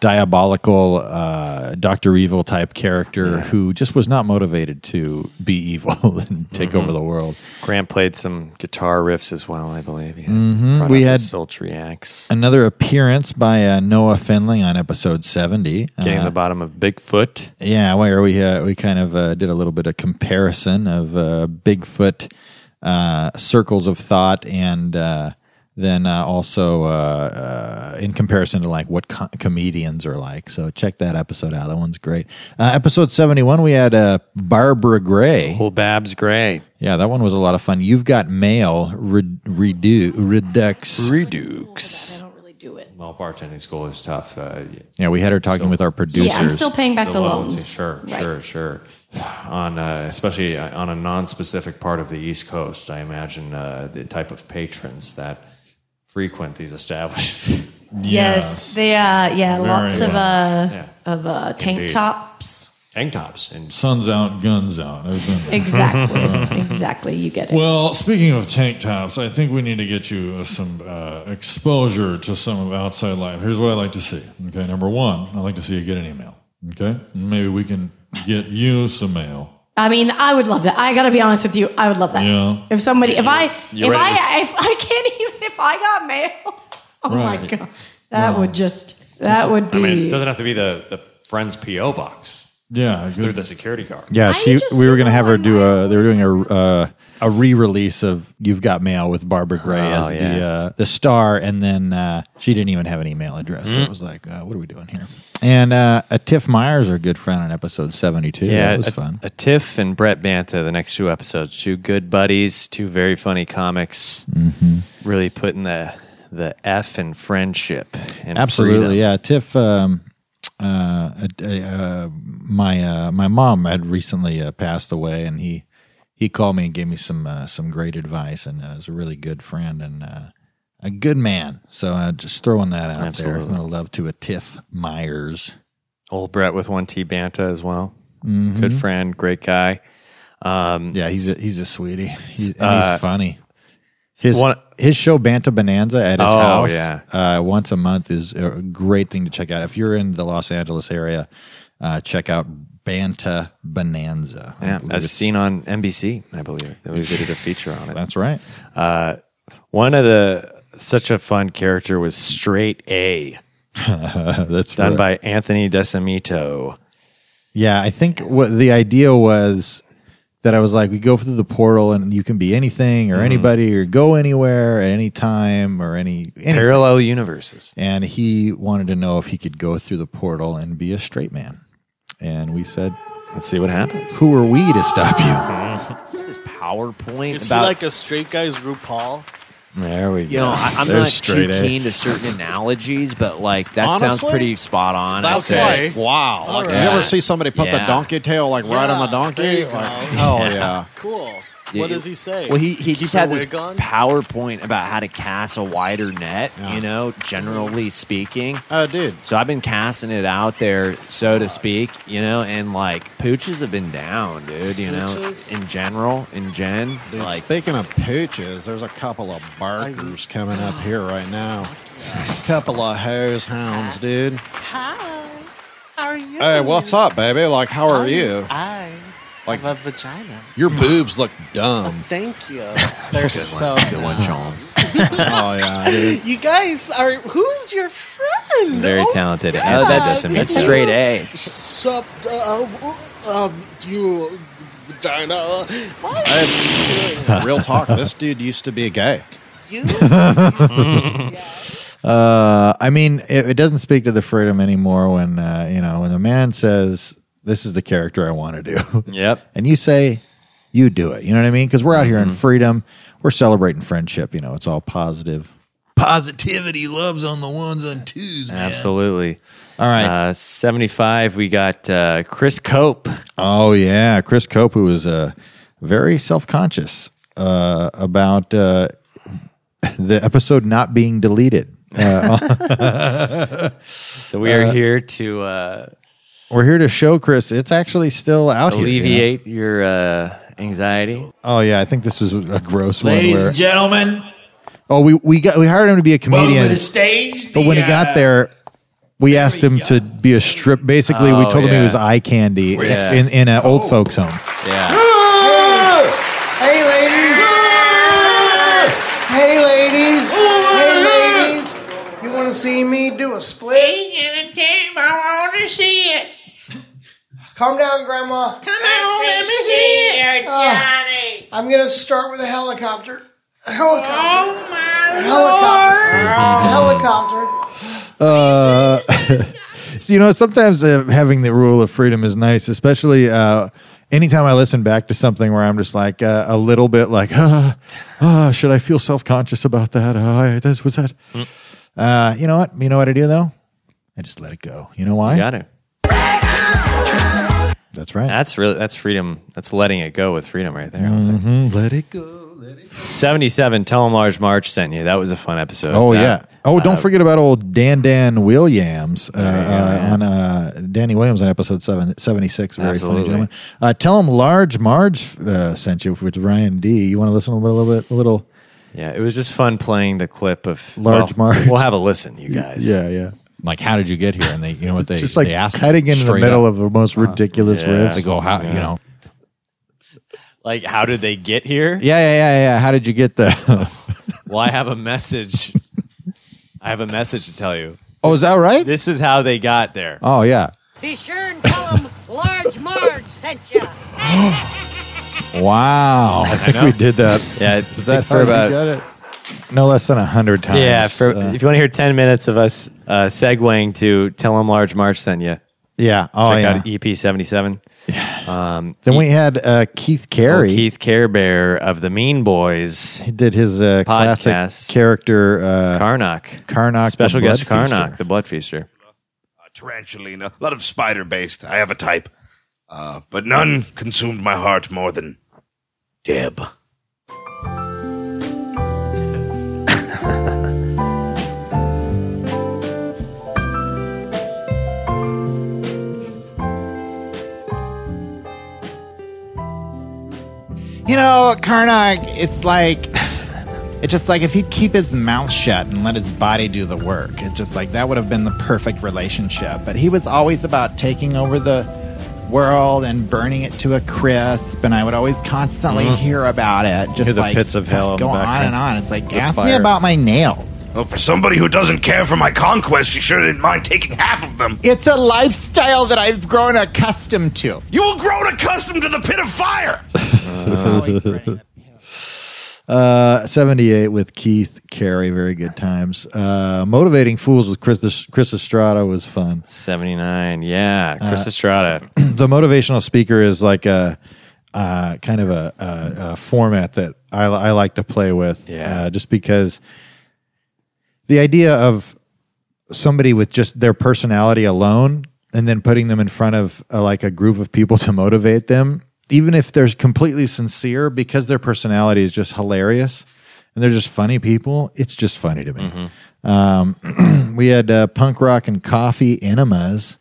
diabolical uh, Dr. Evil type character who just was not motivated to be evil and take Mm-hmm. over the world. Grant played some guitar riffs as well, I believe. Yeah. Mhm. Brought We out had- the sultry axe, Another appearance by uh, Noah Finley on episode 70. getting Uh, to the bottom of Bigfoot. Yeah, where we uh, we kind of uh, did a little bit of comparison of uh, Bigfoot uh, circles of thought, and uh, then uh, also uh, uh, in comparison to like what co- comedians are like. So check that episode out. That one's great. Uh, episode seventy one, we had uh, Barbara Gray. Well, Oh, Babs Gray. Yeah, that one was a lot of fun. You've got mail re- redo redux redux. Well, bartending school is tough. Uh, Yeah, we had her talking with our producers. Yeah, I'm still paying back the loans. Sure, Right. sure, sure. On uh, especially uh, on a non-specific part of the East Coast, I imagine uh, the type of patrons that frequent these establishments. Yes, they uh yeah, Very lots of well. uh Yeah. of uh tank Indeed. tops. Tank tops and Sun's out, guns out. Exactly. exactly. You get it. Well, speaking of tank tops, I think we need to get you uh, some uh, exposure to some of outside life. Here's what I like to see. Okay, number one, I like to see you get an email. Okay, maybe we can get you some mail. I mean, I would love that. I gotta be honest with you, I would love that. Yeah. If somebody if I you if ready I to s- if I can't even if I got mail. Oh my Right. god. That would just that would be I mean, it doesn't have to be the the friend's PO box. Yeah, through the security guard. Yeah, she. We were gonna have her do a. They were doing a uh, a re-release of "You've Got Mail" with Barbara Gray Oh, as the yeah. uh, the star, and then uh, she didn't even have an email address. So Mhm. it was like, uh, what are we doing here? And uh, a Tiff Myers, our good friend, on episode seventy two. Yeah, that was a, fun. A Tiff and Brett Banta, the next two episodes, two good buddies, two very funny comics, Mm-hmm. really putting the the F in friendship and freedom. Absolutely, yeah. Tiff, um, uh, uh, uh, my uh, my mom had recently uh, passed away, and he he called me and gave me some uh, some great advice, and uh, was a really good friend and uh, a good man. So uh, just throwing that out there. Absolutely. A little love to a Tiff Myers. Old Brett with one T Banta as well. Mhm. Good friend, great guy. Um, yeah, he's a, he's a sweetie. He's, and uh, he's funny. His, one- his show Banta Bonanza at his Oh, house yeah. uh, once a month is a great thing to check out. If you're in the Los Angeles area, uh, check out Banta Bonanza. I Yeah, believe as it's- seen on NBC, I believe that we did a feature on it. That's right. Uh, one of the such a fun character was Straight A. That's done right. by Anthony Desimito. Yeah, I think what the idea was that I was like, we go through the portal and you can be anything or Mhm. anybody or go anywhere at any time or any, any Parallel universes. And he wanted to know if he could go through the portal and be a straight man. And we said, let's see what happens. Mm-hmm. Who are we to stop you? This PowerPoint Is about he like a straight guy's RuPaul? there we You go. know, I- I'm There's not straight too A. keen to certain analogies, but like that sounds Honestly? pretty spot on. I'd That's say. like wow. Like, right. You ever see somebody put Yeah. the donkey tail like right on the donkey? Like, oh yeah. Cool. What does he say? Well, he, he Keep just her had this wig on? PowerPoint about how to cast a wider net, you know, generally speaking. Oh, dude. So I've been casting it out there, so to speak, you know, and like pooches have been down, dude, you know, Pooches? in general, in gen. Dude, like, speaking of pooches, there's a couple of barkers coming up here right now. couple of hose hounds, dude. Hi. How are you? Hey, what's up, baby? Like, how are you? I Like, have a vagina. Oh, your boobs look dumb. Thank you. Good They're one. so Good one, Chalmers. dumb. oh yeah, dude. You guys are. Who's your friend? Very Oh, talented. God. Oh, that's- that's straight A. Sup? Uh, um, you, Dino. What? Real talk. This dude used to be gay. You? Uh, I mean, it, it doesn't speak to the freedom anymore when uh, you know when the man says, "This is the character I want to do." Yep. and you say, "You do it." You know what I mean? Because we're out here in freedom. We're celebrating friendship. You know, it's all positive. Positivity loves on the ones and twos, man. Absolutely. All right. Uh, 75, we got uh, Chris Cope. Oh yeah, Chris Cope, who was uh, very self-conscious uh, about uh, the episode not being deleted. Uh, so we are here to uh, We're here to show Chris it's actually still out here. you know? alleviate your uh, anxiety. Oh yeah, I think this was a gross Ladies one. and where- gentlemen. Oh, we we got we hired him to be a comedian. Welcome to the stage, But when he the, got uh, there, we asked him to be a strip. Basically, we Oh, told him he yeah. was eye candy Yeah. in in an old folks home. Yeah. Hey, ladies. Hey, ladies. Hey, ladies. You want to see me do a split? the game. I want to see it. Calm down, Grandma. Come on, let me see it. Johnny. I'm going to start with a helicopter. A helicopter. Oh, my Helicopter. Helicopter. Uh, so you know, sometimes uh, having the rule of freedom is nice, especially uh, anytime I listen back to something where I'm just like uh, a little bit like, uh, uh, should I feel self conscious about that? Uh, this was that. Mm. Uh, you know what? You know what I do though? I just let it go. You know why? You got it. That's right. That's really that's freedom. That's letting it go with freedom right there. Mhm, Let it go. 77 tell him large march sent you that was a fun episode Oh That- yeah. Oh, don't uh, forget about old Dan Dan Williams uh, uh, on uh, Danny Williams on episode seven, 76. Very Absolutely. funny gentleman. Uh, tell him Large Marge uh, sent you with Ryan D. You want to listen a little, bit? A little. yeah it was just fun playing the clip of Large well, march. we'll have a listen you guys Yeah, yeah. Like, how did you get here? And they, you know what they Just like they asked cutting in the straight middle up. of the most ridiculous Uh, Yeah. riffs. They go, how you know? like how did they get here Yeah, yeah, yeah, yeah. How did you get there? well i have a message i have a message to tell you oh is that right this is how they got there oh yeah. Be sure and tell him Large Marge sent you. Wow. Oh, I think we did that. yeah Is that for how you about got it? No less than a hundred times. yeah for, Uh, if you want to hear 10 minutes of us uh segueing to tell him large march sent you yeah. Oh check yeah. out ep 77 yeah um Then we had uh, Keith Carey. Keith Care Bear of the Mean Boys. He did his uh, Podcast. classic character uh, Karnak. Karnak, the Special guest Blood Karnak, Feaster. the Blood Feaster. tarantulina, a lot of spider based. I have a type. Uh, but none consumed my heart more than Deb. uh, You know, Karnak, it's like it's just like if he'd keep his mouth shut and let his body do the work, it's just like that would have been the perfect relationship. But he was always about taking over the world and burning it to a crisp, and I would always constantly Mhm. hear about it. Just Hear the like pits of hell in Go the on background. and on. It's like The ask me fire. about my nails. Well, for somebody who doesn't care for my conquest, she sure didn't mind taking half of them. It's a lifestyle that I've grown accustomed to. You will grown accustomed to the pit of fire! Uh, 78 with Keith Carey. Very good times. Uh, Motivating Fools with Chris, Chris Estrada was fun. 79. Yeah. Chris Uh, Estrada. the motivational speaker is like a uh, kind of a, a, a format that I, I like to play with, uh, just because the idea of somebody with just their personality alone and then putting them in front of uh like a group of people to motivate them even if they're completely sincere, because their personality is just hilarious and they're just funny people, it's just funny to me. Mm-hmm. Mm. Um, we had uh, punk rock and coffee enemas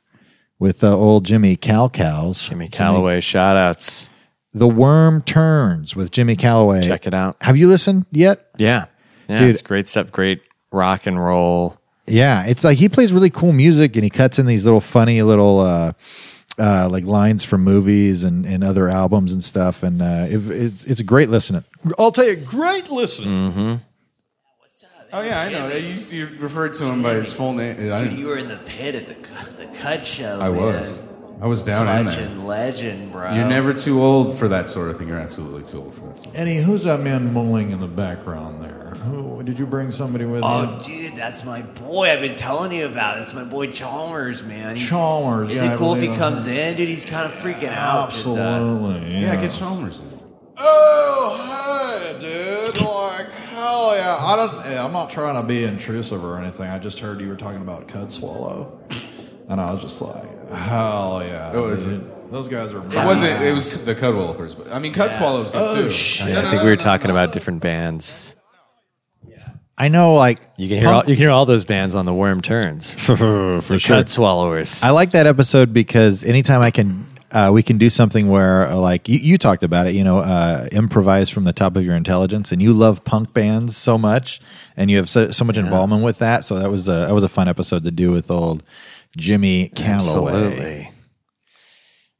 with uh, old Jimmy Calcows. Jimmy Calloway shout outs. The Worm Turns with Jimmy Calloway. Check it out. Have you listened yet? Yeah. Yeah. Dude. It's great stuff. Great rock and roll. Yeah, it's like he plays really cool music and he cuts in these little funny little uh, uh, like lines from movies and, and other albums and stuff. And uh, it, it's it's a great listening. I'll tell you, great listen. Mm-hmm. Oh yeah, I know. You, you referred to him by his full name. I Dude, didn't- you were in the pit at the cu- the cut show. I was. Oh, man. I was down in there. Legend, legend, bro. You're never too old for that sort of thing. You're absolutely too old for that. Sort Eddie, who's that man mulling in the background there? Who, did you bring somebody with Uh, Oh, you? dude, that's my boy. I've been telling you about. It's my boy Chalmers, man. He's- Chalmers, Is yeah, I it cool if he believe it. comes in, dude? He's kind of freaking out. 'cause, uh, Absolutely. Yeah, yes. get Chalmers in. Oh, hey, dude. Like, hell yeah. I don't, yeah, I'm not trying to be intrusive or anything. I just heard you were talking about Cud Swallow. And I was just like, hell yeah. Oh, is dude. Those guys are. of thing. It wasn't. It was the Cudwallopers. But I mean, Cud Swallow's good Oh, too. I think we were talking about different bands. I know, like you can hear all, you can hear all those bands on the Worm Turns for sure. Cut Swallowers. I like that episode because anytime I can, uh, we can do something where, uh, like you, you talked about it, you know, uh, improvise from the top of your intelligence, and you love punk bands so much, and you have so, so much involvement with that. So that was a that was a fun episode to do with old Jimmy Calloway. Absolutely.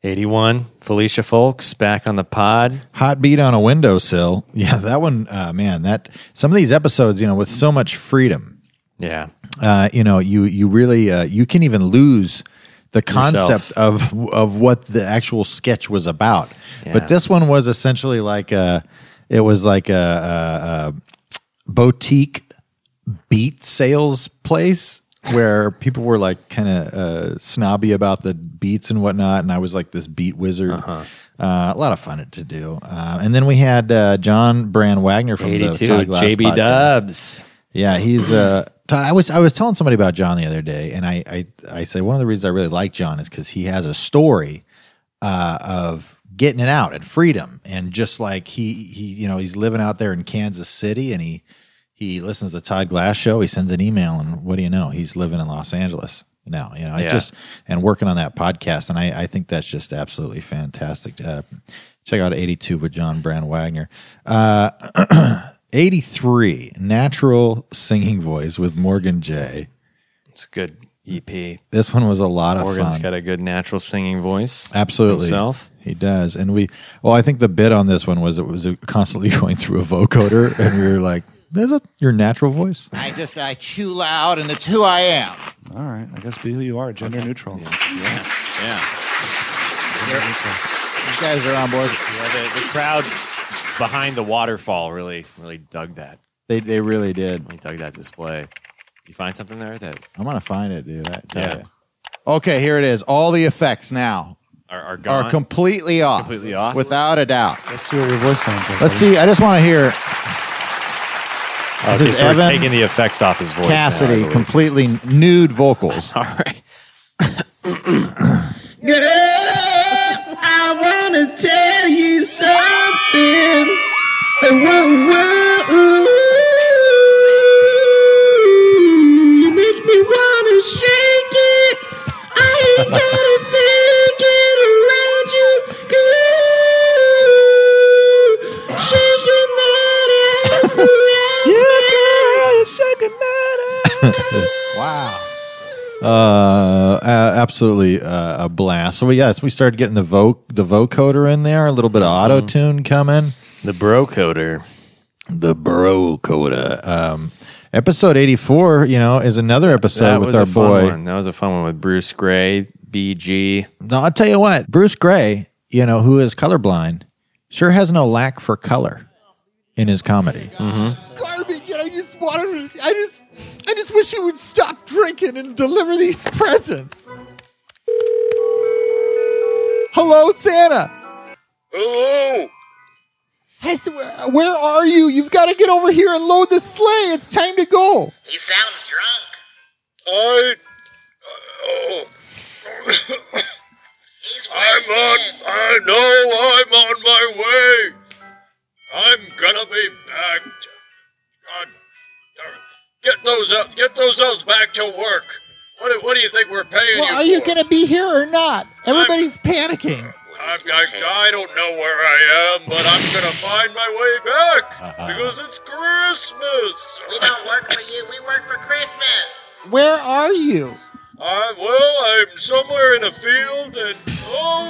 81, Felicia Folks back on the pod. Hot beat on a windowsill. Yeah, that one, uh, man. That some of these episodes, you know, with so much freedom, Yeah. uh, you know, you you really uh, you can even lose the concept of of what the actual sketch was about. Yeah. But this one was essentially like a, it was like a, a, a boutique beat sales place where people were like kind of uh, snobby about the beats and whatnot, and I was like this beat wizard. uh a lot of fun to do. Uh, and then we had uh, John Brand Wagner from the 82, Todd Glass JB podcast. Dubs. Yeah, he's uh Todd, I was I was telling somebody about John the other day, and I I, I say one of the reasons I really like John is because he has a story uh, of getting it out and freedom, and just like he he you know he's living out there in Kansas City, and he he listens to Todd Glass show, he sends an email, and what do you know, he's living in Los Angeles now, you know, it Yeah. just and working on that podcast, and I I think that's just absolutely fantastic. Uh, check out eighty two with John Brand Wagner. Uh, 83 natural singing voice with Morgan J. It's a good EP. This one was a lot of Morgan's fun. got a good natural singing voice. Absolutely. Himself. He does. And we well, I think the bit on this one was it was constantly going through a vocoder and we were like, "Is that your natural voice?" I just I chew loud, and it's who I am. All right, I guess be who you are, gender neutral. Yeah, yeah. These guys are on board. Yeah, the, the crowd behind the waterfall really, really dug that. They they really did. They dug that display. You find something there that I'm going to find it, dude. I tell Yeah. ya. Okay, here it is. All the effects now are, are gone. are completely off. Completely off? Without a doubt. Let's see what your voice sounds like. Let's see. I just want to hear Okay, This is so we're Evan taking the effects off his voice. now, I Cassidy believe. completely nude vocals. All right. Girl, I wanna tell you something. Whoa, whoa, ooh. You make me wanna shake it. I ain't got a thing get around you, girl. Shaking that ass around wow. Uh, a- absolutely uh, a blast. So we, yes, we started getting the voc the vocoder in there, a little bit of Mm-hmm. auto tune coming. The bro coder. The bro coda. Um, episode eighty four, you know, is another episode that with was our a fun boy. one. That was a fun one with Bruce Gray, BG. No, I'll tell you what, Bruce Gray, you know, who is colorblind, sure has no lack for color in his comedy. Mm-hmm. garbage, and I just wanted to. I just, I just wish he would stop drinking and deliver these presents. Hello, Santa. Hello. I swear, where are you? You've got to get over here and load the sleigh. It's time to go. He sounds drunk. I. Oh. I'm on. I know I'm my way. I'm gonna be back. God, darn it. get those el- get those elves back to work. What do, what do you think we're paying Well, you? are you going to be here or not? Everybody's panicking. I, I, I don't know where I am, but I'm gonna find my way Uh. back because it's Christmas. We don't work for you. We work for Christmas. Where are you? I well, I'm somewhere in a field, and oh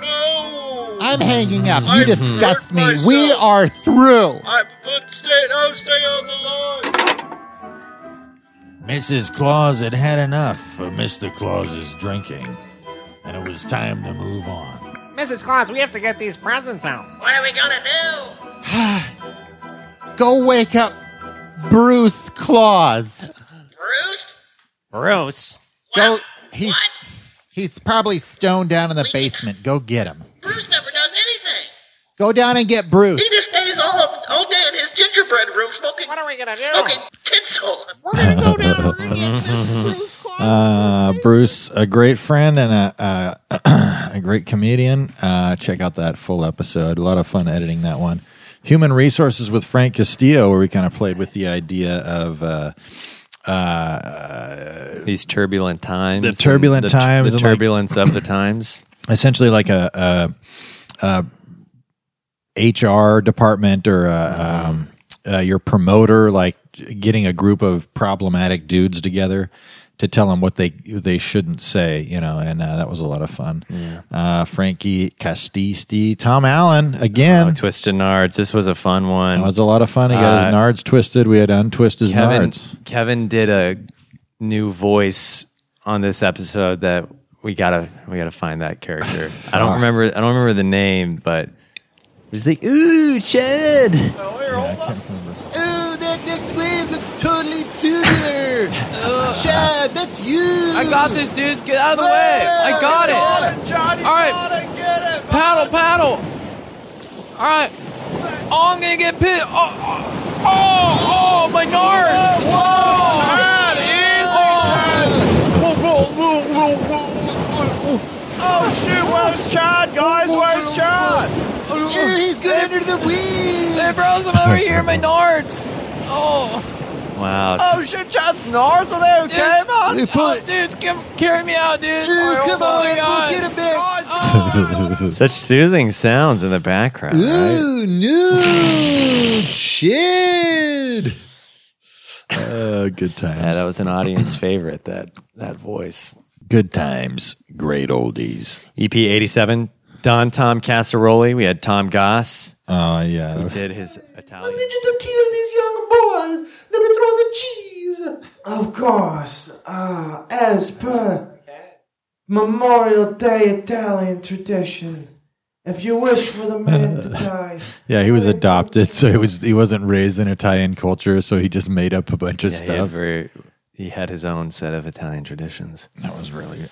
no! I'm hanging up. You disgust me. We are through. I but stay. I'll stay on the line. Mrs. Claus had had enough of Mr. Claus's drinking, and it was time to move on. Mrs. Claus, we have to get these presents out. What are we gonna do? Go wake up Bruce Claus. Bruce. Go. He's he's probably stoned down in the basement. Go get him. Bruce never does anything. Go down and get Bruce. He just stays all up, all day in his gingerbread room smoking. What are we gonna do? Smoking tinsel. uh, Bruce, a great friend and a uh, a great comedian. Uh, check out that full episode. A lot of fun editing that one. Human Resources with Frank Castillo, where we kind of played with the idea of. Uh, uh, These turbulent times. The and turbulent the, times The and, like- turbulence of the times. essentially like a, a, a HR department or a, um, uh, your promoter, like getting a group of problematic dudes together to tell them what they they shouldn't say, you know, and uh, that was a lot of fun. Uh, Frankie Castisti, Tom Allen again. Oh, Twisted Nards. This was a fun one. That was a lot of fun. He got Uh, his nards twisted. We had to untwist his Kevin, nards. Kevin did a new voice on this episode that we gotta we gotta find that character. I don't Fuck. remember I don't remember the name, but he's like, ooh, Chad. Oh, that next wave looks totally tubular. Chad, that's you. Uh, I got this, dudes. Get out of the way. I got it. All right. Paddle, paddle. All right. Oh, I'm gonna get pissed. Oh, oh, oh, oh, my nards. Whoa, whoa, whoa, Oh. whoa, whoa, whoa, whoa. Oh shoot! Where's Chad, guys? Where's Chad? Yeah, he's good under the weeds. Hey, bros, I'm over here. My nards. Oh. Wow. Oh shit, Chad's nards are there, okay, man? Dude, Oh, dudes, come carry me out, dude. Dude, come oh, my on, God. we'll get him back. Such soothing sounds in the background. right? Ooh, no. Chad. Uh, good times. Yeah, that was an audience favorite. That that voice. Good times, great oldies. EP eighty seven. Don Tom Casseroli. We had Tom Goss. Oh yeah, who did his Italian. I need you to kill these young boys. Let me throw the cheese. Of course, uh, as per Memorial Day Italian tradition, if you wish for the man to die, Yeah, he was adopted, so he was he wasn't raised in Italian culture, so he just made up a bunch of Yeah, He had, stuff. very, he had his own set of Italian traditions. That was really good.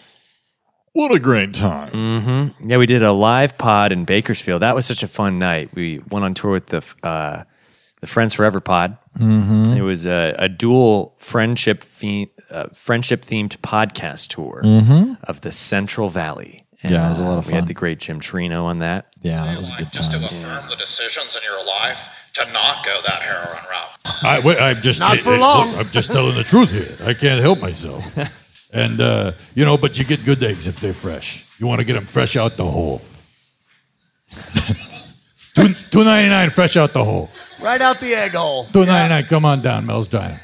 What a great time. hmm Yeah, we did a live pod in Bakersfield. That was such a fun night. We went on tour with the uh, the Friends Forever pod. Mhm. It was a, a dual friendship the, uh, friendship themed podcast tour Mhm. of the Central Valley. Yeah, it was a lot of uh, We had fun. the great Jim Trino on that. Yeah, that was a good Just to time. affirm the decisions in your life to not go that heroin route. I, wait, I'm just Not for look, long. I'm just telling the truth here. I can't help myself. and uh, you know, but you get good eggs if they're fresh. You want to get them fresh out the hole. Two two ninety nine fresh out the hole. Right out the egg hole. Two ninety nine. Come on down, Mel's Diner.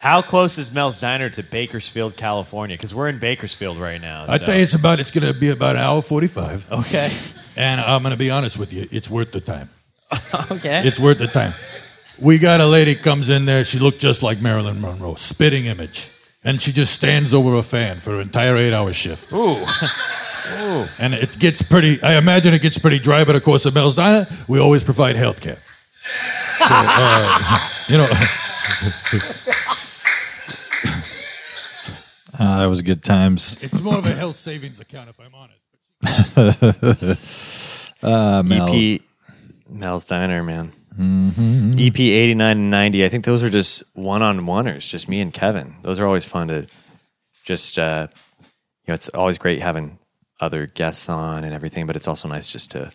How close is Mel's Diner to Bakersfield, California? Because we're in Bakersfield right now. I think it's about. It's going to be about an hour forty five. Okay. And I'm going to be honest with you. It's worth the time. okay. It's worth the time. We got a lady comes in there. She looked just like Marilyn Monroe, spitting image, and she just stands over a fan for an entire eight-hour shift. Ooh. Ooh. And it gets pretty. I imagine it gets pretty dry, but of course, at Mel's Diner, we always provide health care. So, uh, you know, Uh, that was good times. it's more of a health savings account, if I'm honest. uh, Mel. EP E Mel's Diner, man. Mhm. EP 89 and 90. I think those are just one on oneers, just me and Kevin. Those are always fun to just, uh, you know, it's always great having other guests on and everything, but it's also nice just to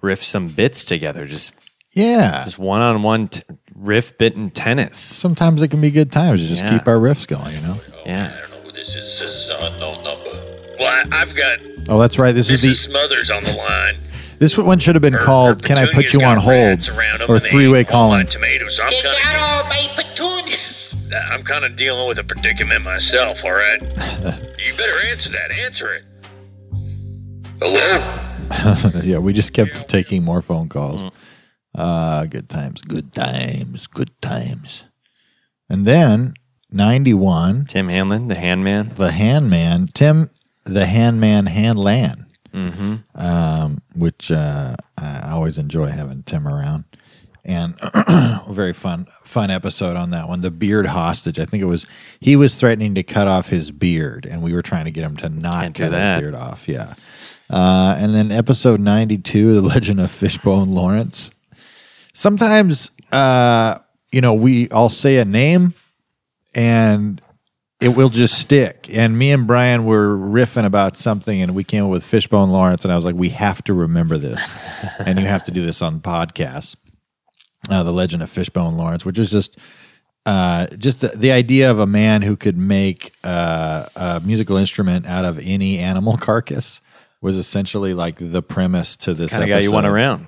riff some bits together. Just Yeah. just one on one riff bit and tennis. Sometimes it can be good times to just Yeah. keep our riffs going, you know? Yeah. Oh, This is this is an unknown number. Well, I, I've got Oh, that's right. This is Mrs. the- Smothers on the line. This one should have been called "Can I put you on hold?" or three-way calling. Tomatoes. I'm kind of all my petunias. I'm kind of dealing with a predicament myself. All right. you better answer that. Answer it. Hello. yeah, we just kept taking more phone calls. Uh, good times, good times, good times. And then 91, Tim Hanlon, the handman. the Handman, Tim the Handman Handlan, Mm-hmm. um, which uh, I always enjoy having Tim around. And very fun, fun episode on that one. The beard hostage. I think it was he was threatening to cut off his beard, and we were trying to get him to not Can't do cut that. his beard off. Yeah. Uh, and then episode 92, The Legend of Fishbone Lawrence. Sometimes, uh, you know, we all say a name and it will just stick. And me and Brian were riffing about something and we came up with Fishbone Lawrence. And I was like, we have to remember this. and you have to do this on podcasts. Uh, the Legend of Fishbone Lawrence, which is just uh, just the, the idea of a man who could make uh, a musical instrument out of any animal carcass was essentially like the premise to this Kind of guy you want episode. around.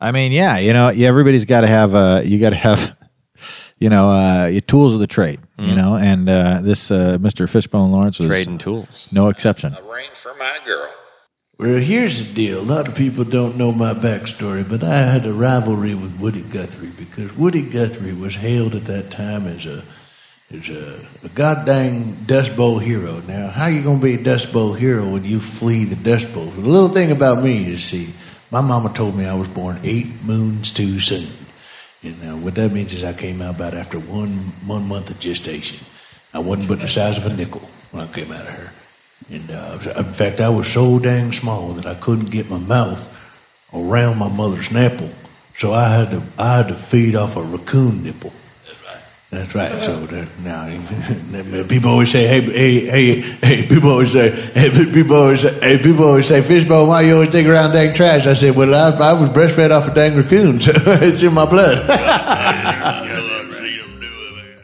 I mean, yeah, you know, yeah, everybody's got to have uh, you got to have, you know, uh, your tools of the trade, you know, and uh, this uh, Mr. Fishbone Lawrence was Mm. Trading tools, no exception. Well, here's the deal. A lot of people don't know my backstory, but I had a rivalry with Woody Guthrie because Woody Guthrie was hailed at that time as a as a, a goddamn Dust Bowl hero. Now, how you gonna be a Dust Bowl hero when you flee the Dust Bowl? The little thing about me is, see, my mama told me I was born eight moons too soon. And now what that means is I came out about after one one month of gestation. I wasn't but the size of a nickel when I came out of her. And uh, in fact, I was so dang small that I couldn't get my mouth around my mother's nipple, so I had to I had to feed off a raccoon nipple. That's right. So that, now people always say, "Hey, hey, hey, hey!" People always say, "Hey, people always say, hey, people always say, Fishbone, why you always dig around dang trash?" I said, "Well, I, I was breastfed off a dang raccoon, so it's in my blood." Mm.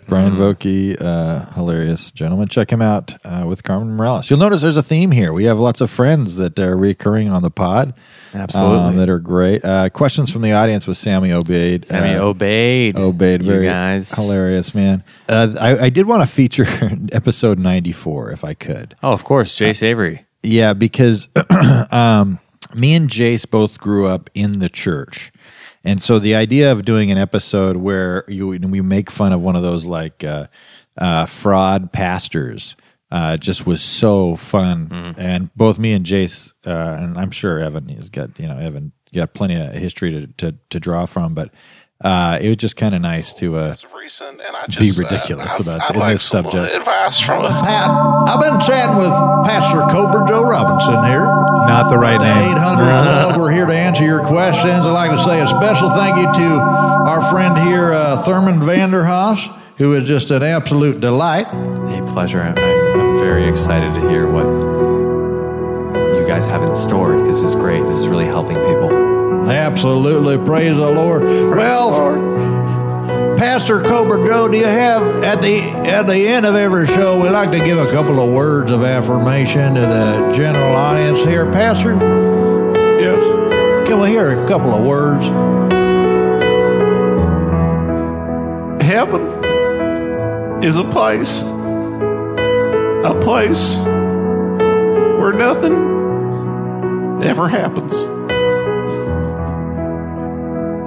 Brian Vokey, uh, hilarious gentleman. Check him out uh, with Carmen Morales. You'll notice there's a theme here. We have lots of friends that are recurring on the pod. Absolutely. um, that are great. Uh, questions from the audience with Sammy Obeyed. Sammy Uh, obeyed. Obeyed. you Very guys. hilarious, man. Uh, I, I did want to feature episode 94 if I could. Oh, of course, Jace Avery. Yeah, because um, me and Jace both grew up in the church. And so the idea of doing an episode where you we make fun of one of those like uh, uh, fraud pastors uh, just was so fun. And both me and Jace, uh, and I'm sure Evan has got you know Evan got plenty of history to to, to draw from, but uh, it was just kind of nice to uh, be uh, ridiculous about in this subject. Advice from a I've been chatting with Pastor Cobra Joe Robinson here. Not the right name. 800 Club. We're here to answer your questions. I'd like to say a special thank you to our friend here, uh, Thurman Vanderhaas, who is just an absolute delight. A pleasure. I'm, I'm very excited to hear what you guys have in store. This is great. This is really helping people. Absolutely. Praise the Lord. well, Pastor Cobra Joe, do you have at the at the end of every show we like to give a couple of words of affirmation to the general audience here, Pastor? Yes. Can we hear a couple of words? Heaven is a place, a place where nothing ever happens.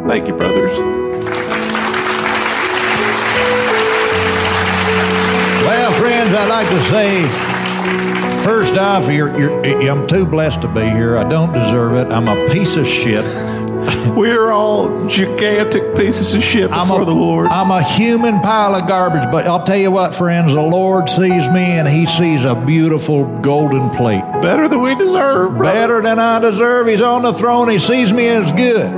Thank you, brothers. Well, friends, I'd like to say, first off, you're, you're, I'm too blessed to be here. I don't deserve it. I'm a piece of shit. We're all gigantic pieces of shit before the Lord. I'm a human pile of garbage, but I'll tell you what, friends, the Lord sees me and he sees a beautiful golden plate. Better than we deserve. Better than I deserve. He's on the throne. He sees me as good.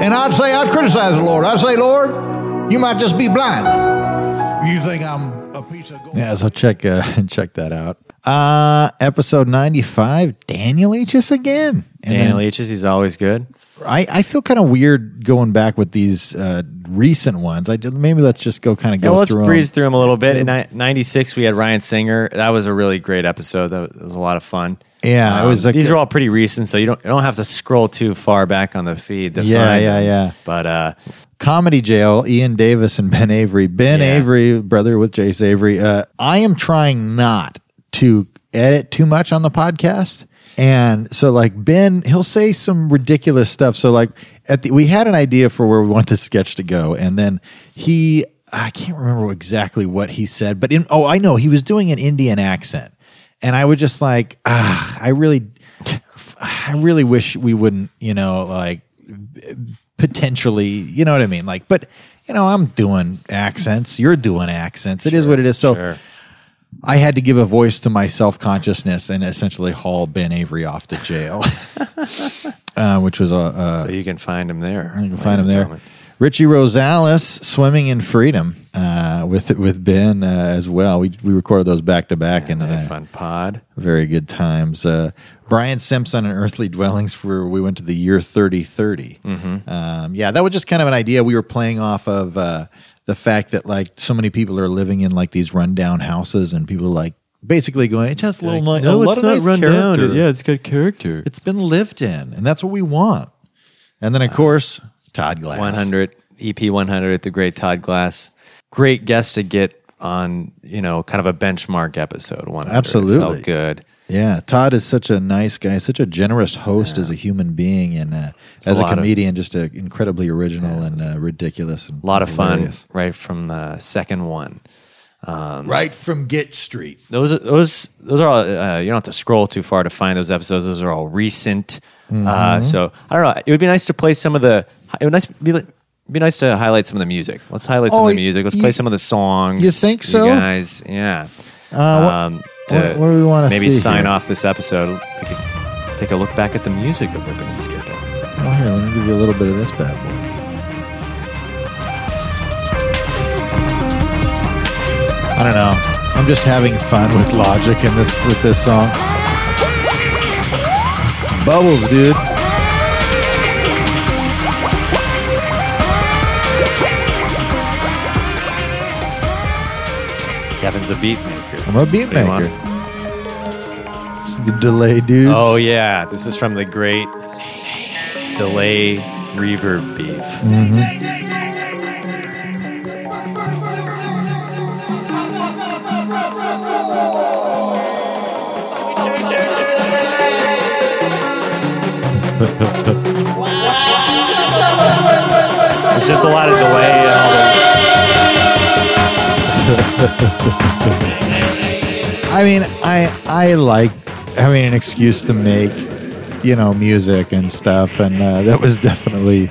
And I'd say, I'd criticize the Lord. I'd say, Lord, you might just be blind. You think I'm a piece of Yeah, so check uh, check that out. Uh episode ninety five, Daniel Aegis again. And then- Daniel Leaches, he's always good. I, I feel kind of weird going back with these uh, recent ones. I did, maybe let's just go kind of Yeah, go well, let's through 'em. breeze through him a little bit. In ni- '96, we had Ryan Singer. That was a really great episode. That was a lot of fun. Um, Yeah, it was like- these are all pretty recent, so you don't you don't have to scroll too far back on the feed. To Yeah, find yeah, them. yeah. But uh, Comedy Jail, Ian Davis and Ben Avery. Ben Avery, brother with Jace Avery. Uh, I am trying not to edit too much on the podcast. And so, like, Ben, he'll say some ridiculous stuff. So, like, at the, we had an idea for where we want this sketch to go. And then he, I can't remember exactly what he said, but in, oh, I know, he was doing an Indian accent. And I was just like, ah, I really, I really wish we wouldn't, you know, like potentially, you know what I mean? Like, but you know, I'm doing accents, you're doing accents. It is what it is. So I had to give a voice to my self consciousness and essentially haul Ben Avery off to jail, uh, which was a. Uh, so you can find him there. You can find him there. Richie Rosales swimming in freedom uh, with with Ben uh, as well. We we recorded those back to back and uh, fun pod. Very good times. Uh, Brian Simpson and Earthly Dwellings for we went to the year thirty mm-hmm. Um, yeah, that was just kind of an idea we were playing off of uh, the fact that like so many people are living in like these rundown houses and people are like basically going it's just a little Like, ni- Oh, a no, lot it's of not nice run down. character. Yeah, it's got character. It's been lived in, and that's what we want. And Uh, then of course Todd Glass. 100 EP 100, the great Todd Glass. Great guest to get on. You know, kind of a benchmark episode. One Absolutely. felt good. Yeah, Todd is such a nice guy, such a generous host as a human being, and uh, It's a as a, lot of- comedian, just uh incredibly original and uh, ridiculous and A lot of fun hilarious. right from the second one. Um, right from Get Street. those those those are all, uh, you don't have to scroll too far to find those episodes. Those are all recent. Uh, Mm-hmm. Mhm. so I don't know. It would be nice to play some of the. It would nice be like- be nice to highlight some of the music. Let's highlight some Oh, of the music. Let's you- play some of the songs. you think so? guys? Yeah. Uh, what- um, what- what do we wanna maybe see sign here? off this episode? We could take a look back at the music of Ripping and Skipping. Oh, here, let me give you a little bit of this bad boy. I don't know. I'm just having fun with logic in this with this song. Bubbles, dude. Kevin's a beat maker. I'm a beat What do you maker. want? It's The delay, dudes. Oh yeah, this is from the great delay reverb beef. Mhm. There's just a lot of delay. uh, And all I mean, I I like having an excuse to make, you know, music and stuff, and uh, that was definitely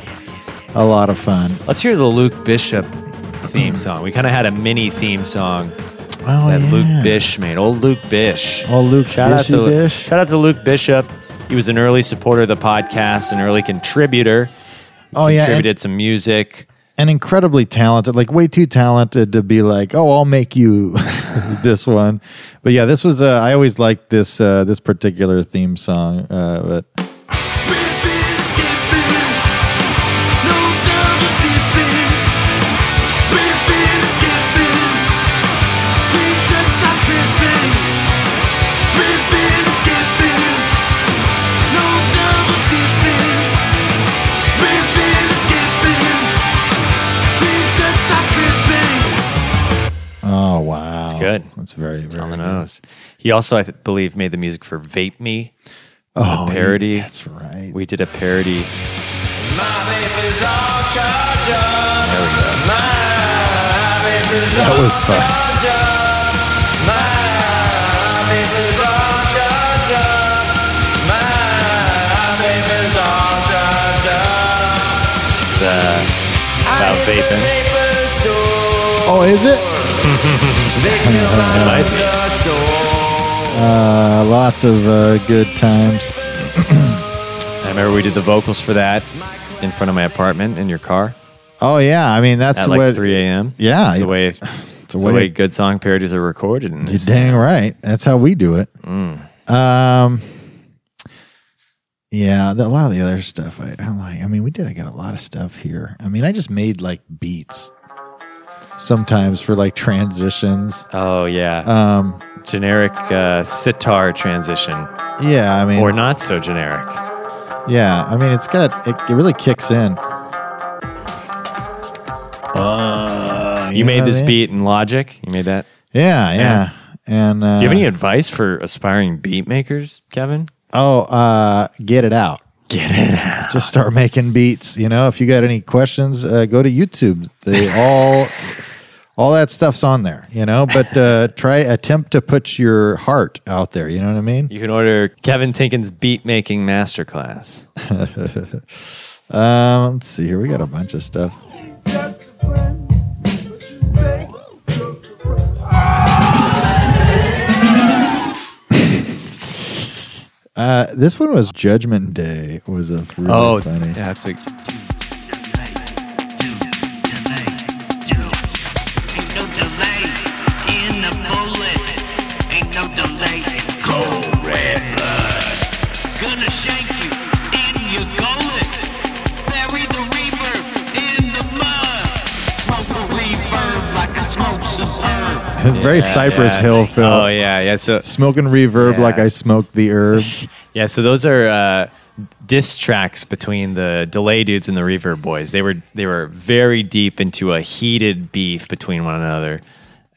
a lot of fun. Let's hear the Luke Bishop theme song. We kind of had a mini theme song Oh, that yeah. Luke Bish made. Old Luke Bish. Old Luke shout out Bishy to Bish. shout out to Luke Bishop. He was an early supporter of the podcast, an early contributor. Oh yeah, and- contributed some music. and incredibly talented, like way too talented to be like, oh, I'll make you this one. But yeah, this was. Uh, I always liked this uh, this particular theme song. Uh, but oh wow, it's good. It's very It's on the nose. He also, I th- believe, made the music for Vape Me. Oh, a parody. that's right. We did a parody. that was fun. It's, uh, about vaping. Oh, is it? Uh, lots of uh, good times. I remember we did the vocals for that in front of my apartment in your car Oh yeah, I mean that's at like what. 3 a.m. Yeah. It's the way It's the way good song parodies are recorded. In You're this. dang right. That's how we do it. Mm. Um, yeah, the, a lot of the other stuff. I, I'm like, I mean, we did. I got a lot of stuff here. I mean, I just made like beats sometimes for like transitions. Oh yeah. Um, generic uh, sitar transition. Yeah, I mean, or not so generic. yeah. I mean, it's got it, it really kicks in. Uh, you you made know this that? beat in Logic. You made that. Yeah, yeah. And uh, Do you have any advice for aspiring beat makers, Kevin? Oh, uh, get it out. Get it out. Just start making beats. You know, if you got any questions, uh, go to YouTube. They all, all that stuff's on there. You know, but uh, try attempt to put your heart out there. You know what I mean? You can order Kevin Tinkin's beat making masterclass. um, let's see here. We got a bunch of stuff. Uh, this one was Judgment Day. Was a really oh, funny. yeah, that's a. Gonna shake you in your gullet. Bury the reverb in the mud. Smoke a reverb like I smoke some herb. It's very Yeah, Cypress yeah. Hill Phil. Oh yeah, yeah. So Smoking reverb Yeah. like I smoked the herb. Yeah, so those are uh, diss tracks between the delay dudes and the reverb boys. They were they were very deep into a heated beef between one another,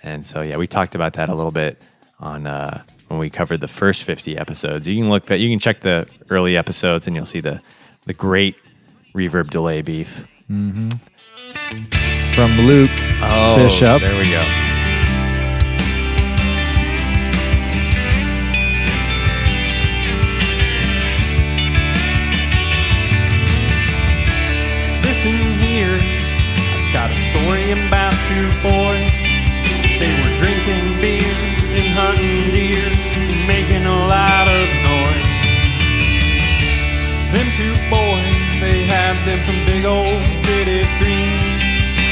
and so yeah, we talked about that a little bit on uh, when we covered the first fifty episodes. You can look back, you can check the early episodes, and you'll see the the great reverb delay beef. Mm-hmm. hmm From Luke Oh, Bishop. there we go. Listen here, I've got a story about two boys. They were drinking beers and hunting deers and making a lot of noise. Them two boys, they had them some big old city dreams.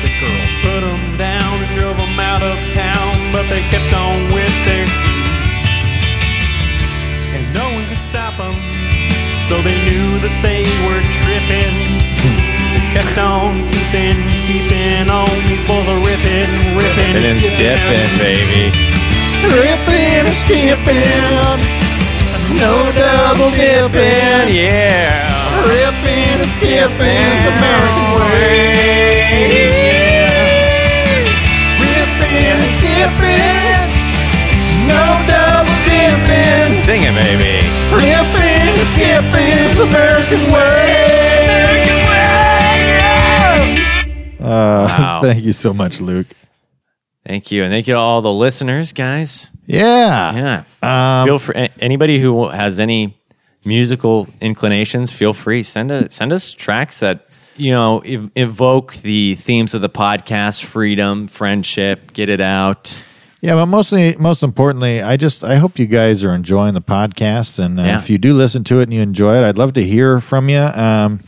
The girls put 'em down and drove 'em out of town, but they kept on with their schemes. And no one could stop 'em, though they knew that they were tripping. They kept on keeping, keeping on. These boys are ripping, ripping, And then stiffin', baby. ripping and skipping. No double dipping, yeah. Ripping and skipping's American way. Ripping and skipping. No double dipping. Sing it, baby. Ripping and skipping's American way. American way. Uh, Thank you so much, Luke. Thank you, and thank you to all the listeners, guys. Yeah. Um, Yeah. feel free. a- Anybody who has any musical inclinations, feel free send a, send us tracks that you know ev- evoke the themes of the podcast: freedom, friendship, get it out. Yeah, but mostly, most importantly, I just I hope you guys are enjoying the podcast, and uh, Yeah. if you do listen to it and you enjoy it, I'd love to hear from you. Um,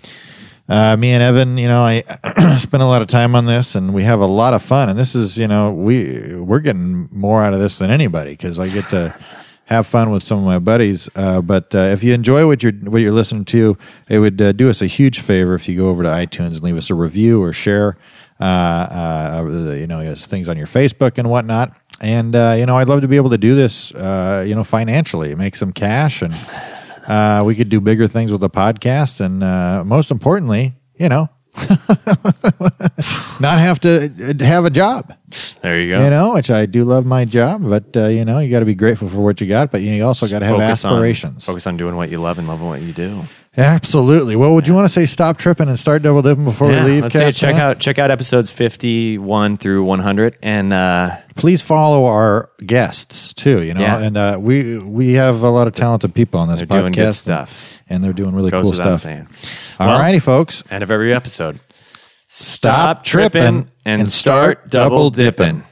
uh, me and Evan, you know, I spend a lot of time on this, and we have a lot of fun. And this is, you know, we we're getting more out of this than anybody because I get to have fun with some of my buddies. Uh, but uh, if you enjoy what you're what you're listening to, it would uh, do us a huge favor if you go over to iTunes and leave us a review or share. Uh, uh, you know, there's things on your Facebook and whatnot. And uh, you know, I'd love to be able to do this. Uh, you know, financially, make some cash, and uh, we could do bigger things with the podcast. And uh, most importantly, you know, not have to uh, have a job. There you go. You know, which I do love my job, but uh, you know, you got to be grateful for what you got, but you also got to have Focus on- aspirations. focus on doing what you love and loving what you do. Absolutely. Well, would you want to say stop tripping and start double dipping before Yeah, we leave? let's say Cass, check huh? out check out episodes fifty one through one hundred, and uh, Please follow our guests too. You know, Yeah. and uh, we we have a lot of talented people on this They're podcast. doing good and- stuff. and, they're doing really goes cool without stuff. saying. All Well, righty, folks. End of every episode. Stop tripping and start double dipping.